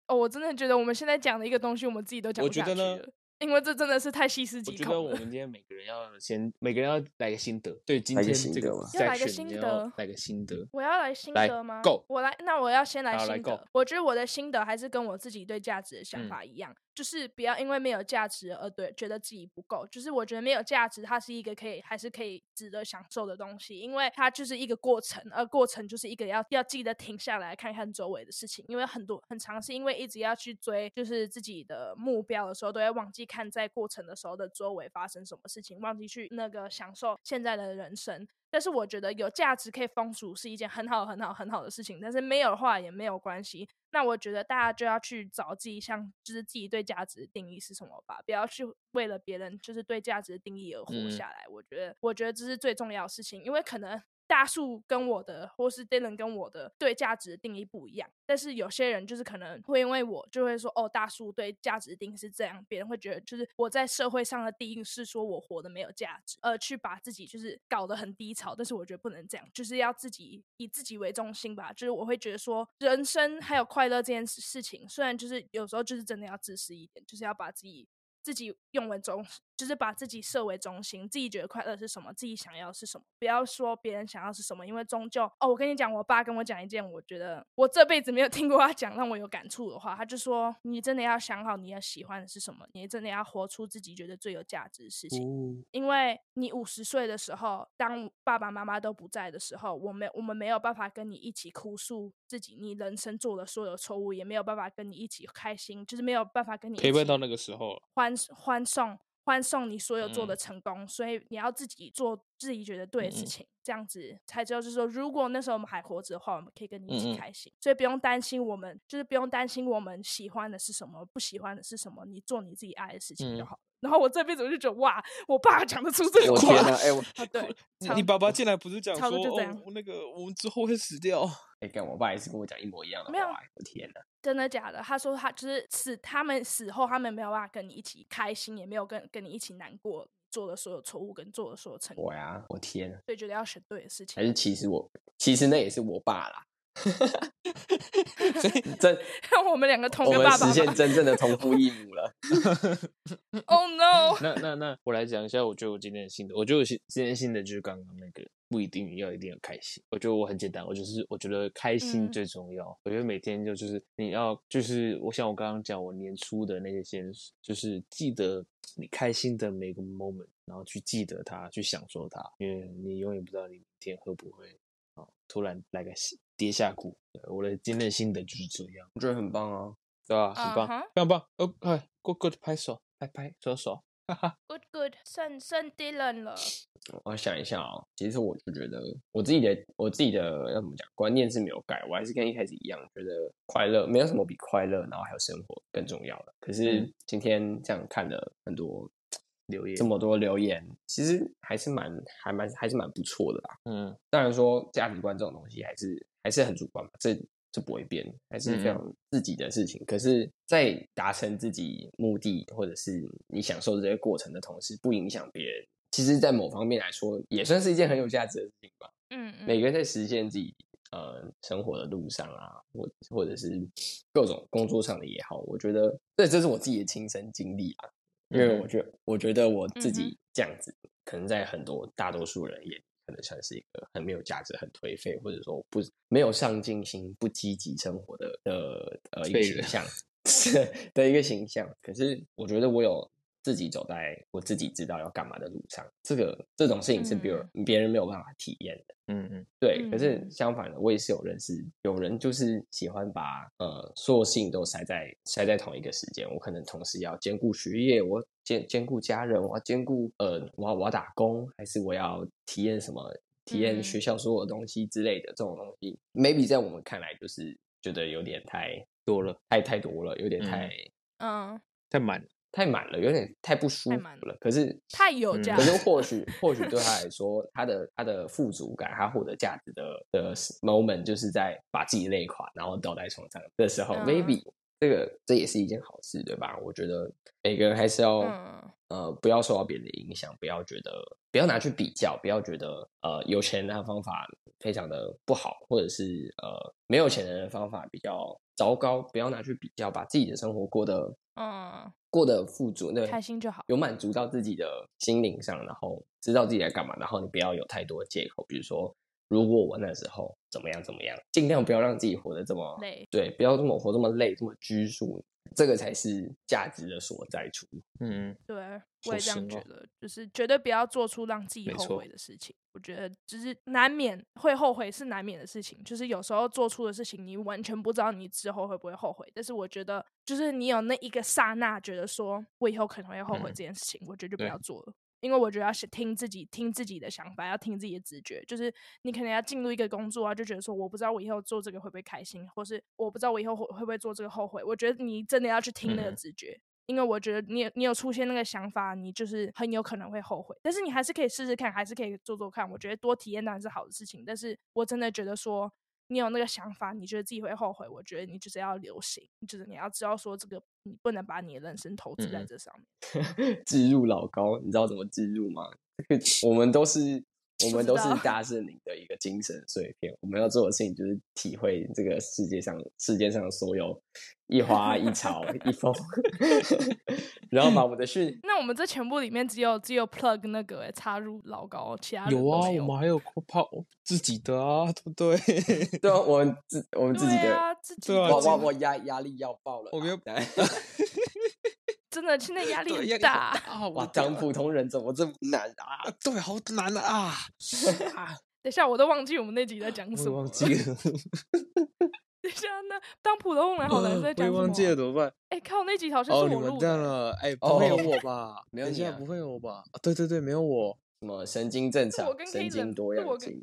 Speaker 1: 哦，我真的觉得我们现在讲的一个东西，我们自己都讲
Speaker 2: 我
Speaker 1: 不
Speaker 2: 觉
Speaker 1: 下
Speaker 2: 得
Speaker 1: 去
Speaker 2: 呢
Speaker 1: 了，因为这真的是太细思
Speaker 2: 我
Speaker 1: 极
Speaker 2: 觉得
Speaker 1: 恐
Speaker 2: 我
Speaker 1: 了。
Speaker 2: 们今天每个人要先，每个人要来个心得。对，今
Speaker 3: 来个
Speaker 2: 天
Speaker 3: 心
Speaker 2: 这个
Speaker 3: 得吗
Speaker 1: 要来个
Speaker 2: section
Speaker 1: 心
Speaker 2: 你要
Speaker 1: 得
Speaker 2: 来个心得。
Speaker 1: 我要来心
Speaker 2: 来
Speaker 1: 得吗
Speaker 2: ，go
Speaker 1: 我来，那我要先来
Speaker 2: 好来
Speaker 1: 心得
Speaker 2: go。
Speaker 1: 我觉得我的心得还是跟我自己对价值的想
Speaker 2: 嗯
Speaker 1: 法一样，就是不要因为没有价值而对觉得自己不够。就是我觉得没有价值，它是一个可以还是可以值得享受的东西，因为它就是一个过程，而过程就是一个要要记得停下来看看周围的事情，因为很多很长是因为一直要去追就是自己的目标的时候，都会忘记看在过程的时候的周围发生什么事情，忘记去那个享受现在的人生。但是我觉得有价值可以风俗是一件很好、很好、很好的事情，但是没有的话也没有关系。那我觉得大家就要去找自己像，就是自己对价值的定义是什么吧，不要去为了别人就是对价值的定义而活
Speaker 2: 嗯
Speaker 1: 下来。我觉得，我觉得这是最重要的事情，因为可能大树跟我的，或是 Dylan 跟我的对价值的定义不一样，但是有些人就是可能会因为我就会说，哦，大树对价值的定义是这样，别人会觉得就是我在社会上的定义是说我活得没有价值，呃，去把自己就是搞得很低潮，但是我觉得不能这样，就是要自己以自己为中心吧，就是我会觉得说，人生还有快乐这件事事情，虽然就是有时候就是真的要自私一点，就是要把自己自己用为中，就是把自己设为中心，自己觉得快乐是什么，自己想要是什么，不要说别人想要是什么，因为终究哦，我跟你讲，我爸跟我讲一件我觉得我这辈子没有听过他讲让我有感触的话，他就说你真的要想好你要喜欢的是什么，你真的要活出自己觉得最有价值的事情。
Speaker 2: 哦
Speaker 1: 因为你五十岁的时候，当爸爸妈妈都不在的时候，我们我们没有办法跟你一起哭诉自己你人生做的所有错误，也没有办法跟你一起开心，就是没有办法跟你一
Speaker 2: 陪伴
Speaker 1: 起
Speaker 2: 到那个时候了
Speaker 1: 欢欢送欢送你所有做的
Speaker 2: 嗯
Speaker 1: 成功，所以你要自己做自己觉得对的事
Speaker 2: 嗯嗯
Speaker 1: 情，这样子才知道。就是说，如果那时候我们还活着的话，我们可以跟你一
Speaker 2: 嗯
Speaker 1: 起
Speaker 2: 嗯
Speaker 1: 开心，所以不用担心我们，就是不用担心我们喜欢的是什么，不喜欢的是什么，你做你自己爱的事情就
Speaker 2: 嗯
Speaker 1: 好。然后我这辈子我就觉得哇，我爸讲得出这种
Speaker 3: 我
Speaker 1: 话
Speaker 3: 天哪！哎，我
Speaker 1: 啊！对，
Speaker 2: 你
Speaker 1: 差
Speaker 2: 你
Speaker 1: 不
Speaker 2: 爸爸进来不是讲
Speaker 1: 差
Speaker 2: 说
Speaker 1: 不多就这样
Speaker 2: 哦，那个我们之后会死掉？
Speaker 3: 哎，跟我爸也是跟我讲一模一样的
Speaker 1: 没有
Speaker 3: 话。哎我天哪！
Speaker 1: 真的假的？他说他就是死，他们死后他们没有办法跟你一起开心，也没有跟跟你一起难过，做的所有错误跟做的所有成功，
Speaker 3: 我呀，我天哪！
Speaker 1: 所以觉得要选对的事情
Speaker 3: 还。是其实我其实那也是我
Speaker 2: (laughs)
Speaker 3: 爸啦。真，
Speaker 1: 让我们两个同
Speaker 3: 我
Speaker 1: 个
Speaker 3: 们
Speaker 1: 爸爸
Speaker 3: 实
Speaker 1: 吧。
Speaker 3: 现真正的同父异母
Speaker 1: (laughs)
Speaker 3: 了。
Speaker 1: Oh
Speaker 3: (laughs)
Speaker 1: no！
Speaker 2: 那那那我来讲一下，我觉得我今天的心得，我觉得我今今天心得就是刚刚那个不一定要一定要开心，我觉得我很简单，我就是我觉得开心
Speaker 1: 嗯
Speaker 2: 最重要，我觉得每天就就是你要就是我像我刚刚讲我年初的那些先，就是记得你开心的每个 moment，然后去记得它，去享受它，因为你永远不知道你明天会不会啊突然来个西跌下谷。对我的今天的心得就是这样，
Speaker 3: 我觉得很棒啊！
Speaker 2: 对吧？很棒，
Speaker 1: 哈
Speaker 2: 非常棒。哦，快，good good，拍手，拍拍手手，哈哈。
Speaker 1: ，Good good，剩剩 Dylan 了。
Speaker 3: 我想一下哦，其实我就觉得我自己的我自己的要怎么讲观念是没有改，我还是跟一开始一样，觉得快乐没有什么比快乐，然后还有生活更重要的。可是
Speaker 2: 嗯
Speaker 3: 今天这样看了很多
Speaker 2: 留言
Speaker 3: 这么多留言，其实还是蛮还蛮还是蛮不错的啦。
Speaker 2: 嗯
Speaker 3: 当然说价值观这种东西还是还是很主观嘛，这这不会变，还是非
Speaker 2: 嗯嗯
Speaker 3: 常自己的事情。可是，在达成自己目的或者是你享受这些过程的同时，不影响别人，其实，在某方面来说，也算是一件很有价值的事情吧。
Speaker 1: 嗯嗯，
Speaker 3: 每个人在实现自己呃生活的路上啊，或或者是各种工作上的也好，我觉得这这是我自己的亲身经历啊，因为我
Speaker 2: 嗯
Speaker 3: 觉我觉得我自
Speaker 1: 嗯
Speaker 3: 己这样子，可能在很多大多数人也可能算是一个很没有价值、很颓废，或者说不没有上进心、不积极生活的的呃一个
Speaker 2: 废
Speaker 3: 形
Speaker 2: 人
Speaker 3: 象 (laughs) 的一个形象。可是我觉得我有自己走在我自己知道要干嘛的路上，这个这种事情是别人、别人没有办法体验的。
Speaker 2: 嗯嗯
Speaker 3: 对，可是
Speaker 1: 嗯
Speaker 3: 相反的，我也是有认识有人就是喜欢把呃所有事情都塞在塞在同一个时间。我可能同时要兼顾学业，我兼兼顾家人，我要兼顾呃我要我要打工，还是我要体验什么体验
Speaker 1: 嗯
Speaker 3: 学校所有的东西之类的这种东西。maybe 在我们看来就是觉得有点太
Speaker 2: 多了，
Speaker 3: 太太多了，有点
Speaker 2: 嗯
Speaker 3: 太、
Speaker 1: 嗯，
Speaker 2: 太满了。
Speaker 3: 太满了，有点太不舒
Speaker 1: 太
Speaker 3: 服
Speaker 1: 满
Speaker 3: 了。可是
Speaker 1: 太有
Speaker 2: 嗯
Speaker 1: 价
Speaker 3: 可
Speaker 1: 值
Speaker 3: 是
Speaker 1: 了。
Speaker 3: 或许或许对他来说，他的他的富足感，他获得价值的的 moment，就是在把自己累垮，然后倒在床上的时候、
Speaker 1: 嗯
Speaker 3: m a y b e 这个这也是一件好事，对吧？我觉得每个人还是要、
Speaker 1: 嗯
Speaker 3: 呃，不要受到别人的影响，不要觉得不要拿去比较，不要觉得呃有钱人的方法非常的不好，或者是呃没有钱人的方法比较糟糕，不要拿去比较，把自己的生活过得
Speaker 1: 嗯，
Speaker 3: 过得富足，对，
Speaker 1: 开心就好。
Speaker 3: 有满足到自己的心灵上，然后知道自己在干嘛，然后你不要有太多借口，比如说如果我那时候怎么样怎么样，尽量不要让自己活得这么
Speaker 1: 累，
Speaker 3: 对，不要这么活这么累，这么拘束，这个才是价值的所在处。
Speaker 2: 嗯，
Speaker 1: 对，
Speaker 2: 好
Speaker 1: 我也这样
Speaker 2: 行
Speaker 1: 觉
Speaker 2: 哦
Speaker 1: 得，就是绝对不要做出让自己
Speaker 2: 没
Speaker 1: 后
Speaker 2: 错
Speaker 1: 悔的事情。我觉得就是难免会后悔是难免的事情，就是有时候做出的事情你完全不知道你之后会不会后悔，但是我觉得就是你有那一个刹那觉得说我以后可能会后悔
Speaker 2: 嗯
Speaker 1: 这件事情，我觉得就不
Speaker 2: 对
Speaker 1: 要做了。因为我觉得要是听自己听自己的想法，要听自己的直觉，就是你可能要进入一个工作啊，就觉得说我不知道我以后做这个会不会开心，或是我不知道我以后会会不会做这个后悔。我觉得你真的要去听那个
Speaker 2: 嗯
Speaker 1: 直觉，因为我觉得你有你有出现那个想法，你就是很有可能会后悔，但是你还是可以试试看，还是可以做做看。我觉得多体验当然是好的事情，但是我真的觉得说。你有那个想法，你觉得自己会后悔，我觉得你就是要留心，就是你要知道说这个，你不能把你的人生投资在
Speaker 2: 嗯嗯
Speaker 1: 这上面。嗯
Speaker 3: 置入老高，你知道怎么置入吗？
Speaker 1: (laughs)
Speaker 3: 这个我们都是我
Speaker 1: 不
Speaker 3: 们
Speaker 1: 知
Speaker 3: 都是
Speaker 1: 道
Speaker 3: 大圣灵的一个精神碎片，我们要做的事情就是体会这个世界上世界上所有一花一草一风， (laughs) 然后把我们的讯
Speaker 1: 那我们这全部里面只有只有 plug 那个、欸、插入老高，其他人
Speaker 2: 有
Speaker 1: 都
Speaker 2: 啊，
Speaker 1: 没
Speaker 2: 我们还有泡自己的啊，对不对？ (laughs)
Speaker 3: (laughs) 对啊，我们自我们自己
Speaker 1: 对
Speaker 3: 的，
Speaker 1: 啊，自己
Speaker 2: 对
Speaker 1: 的
Speaker 2: 啊
Speaker 3: 哇哇
Speaker 1: 真
Speaker 3: 哇压压力要爆了啦，啊
Speaker 2: 我 (laughs)
Speaker 3: (laughs)
Speaker 2: 们又
Speaker 3: 来
Speaker 1: 真的现在
Speaker 2: (laughs)
Speaker 1: 压力
Speaker 4: 对
Speaker 1: 很
Speaker 4: 要
Speaker 1: 大，
Speaker 4: 啊！
Speaker 1: (laughs)
Speaker 4: 我
Speaker 3: 哇，
Speaker 4: 的
Speaker 3: 当
Speaker 4: 天
Speaker 3: 普通人怎么这么难啊？
Speaker 4: 啊，对，好难啊！啊，
Speaker 1: (laughs) 等一下我都忘记我们那集在讲
Speaker 2: 我
Speaker 1: 什
Speaker 2: 也
Speaker 1: 么了。 (laughs)
Speaker 2: 忘记了，
Speaker 1: 等一下那当普通人好难在讲
Speaker 2: 呃我也
Speaker 1: 什么啊？
Speaker 2: 忘记了怎么办？
Speaker 1: 哎、靠，那集好像
Speaker 2: 哦，
Speaker 1: 是
Speaker 2: 你
Speaker 1: 我
Speaker 2: 完
Speaker 1: 录的
Speaker 2: 蛋
Speaker 1: 欸。
Speaker 2: 了！哎，不会有
Speaker 3: 哦
Speaker 2: 我吧？
Speaker 3: 没有
Speaker 2: 等一
Speaker 3: 你
Speaker 2: 下
Speaker 3: 啊
Speaker 2: 不会有我吧？啊对对对，没有我。
Speaker 3: 什么神经正
Speaker 1: 是我
Speaker 3: 常
Speaker 1: 跟，
Speaker 3: 神
Speaker 1: Kayden，
Speaker 3: 经多
Speaker 1: 是
Speaker 3: 样
Speaker 1: 我跟
Speaker 3: 性，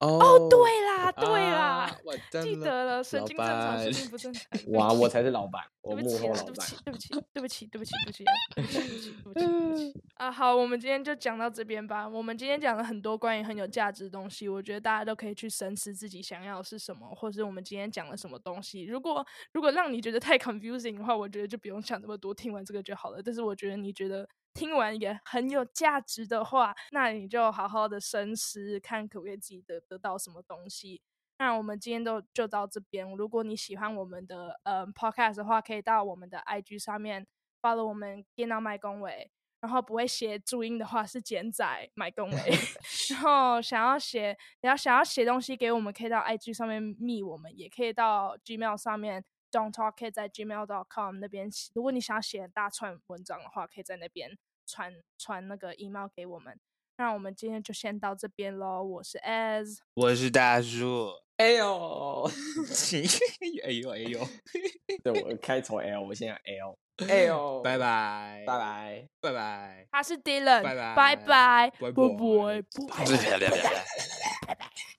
Speaker 2: 哦，
Speaker 1: 对啦，对
Speaker 2: 啊
Speaker 1: 啦，，
Speaker 2: 完蛋
Speaker 1: 记得了，神
Speaker 2: 老
Speaker 1: 经正常，神
Speaker 2: 板
Speaker 1: 经不正
Speaker 2: (laughs)
Speaker 1: 常。对不
Speaker 3: 哇，
Speaker 1: 起
Speaker 3: 我才是老板，我
Speaker 1: 对不
Speaker 3: 幕
Speaker 1: 起
Speaker 3: 后
Speaker 1: 啊，
Speaker 3: 老
Speaker 1: 对不
Speaker 3: 板
Speaker 1: 起，，对不
Speaker 3: (laughs)
Speaker 1: 起，对不起，对不起，对不起啊，对不起，对不起，对不起，对不起啊！好，我们今天就讲到这边吧。我们今天讲了很多关于很有价值的东西，我觉得大家都可以去深思自己想要的是什么，或是我们今天讲了什么东西。如果如果让你觉得太 confusing 的话，我觉得就不用想那么多，听完这个就好了。但是我觉得你觉得。听完也很有价值的话，那你就好好的深思，看可不可以自己得得到什么东西。那我们今天都就到这边。如果你喜欢我们的呃 podcast 的话，可以到我们的 IG 上面 follow 我们电脑麦公维。然后不会写注音的话是简仔麦公维。然后想要写，你要想要写东西给我们，可以到 IG 上面密我们，也可以到 Gmail 上面 don't talk it 在 gmail.com 那边写。如果你想要写大串文章的话，可以在那边传传那个 email 给我们。那我们今天就先到这边喽。我是 As，
Speaker 4: 我是大
Speaker 2: (laughs)
Speaker 4: 叔。
Speaker 3: 哎呦。 (laughs)
Speaker 4: 哎呦哎呦，
Speaker 3: 对我开头 L，我现在
Speaker 1: (laughs)
Speaker 3: L
Speaker 1: 哎
Speaker 3: L，
Speaker 4: 拜，拜
Speaker 3: 拜拜。
Speaker 4: 拜拜。
Speaker 1: 他是 Dylan，
Speaker 4: 拜拜
Speaker 1: 拜拜，
Speaker 4: 拜
Speaker 1: 不
Speaker 4: 拜
Speaker 1: 不。
Speaker 4: 拜拜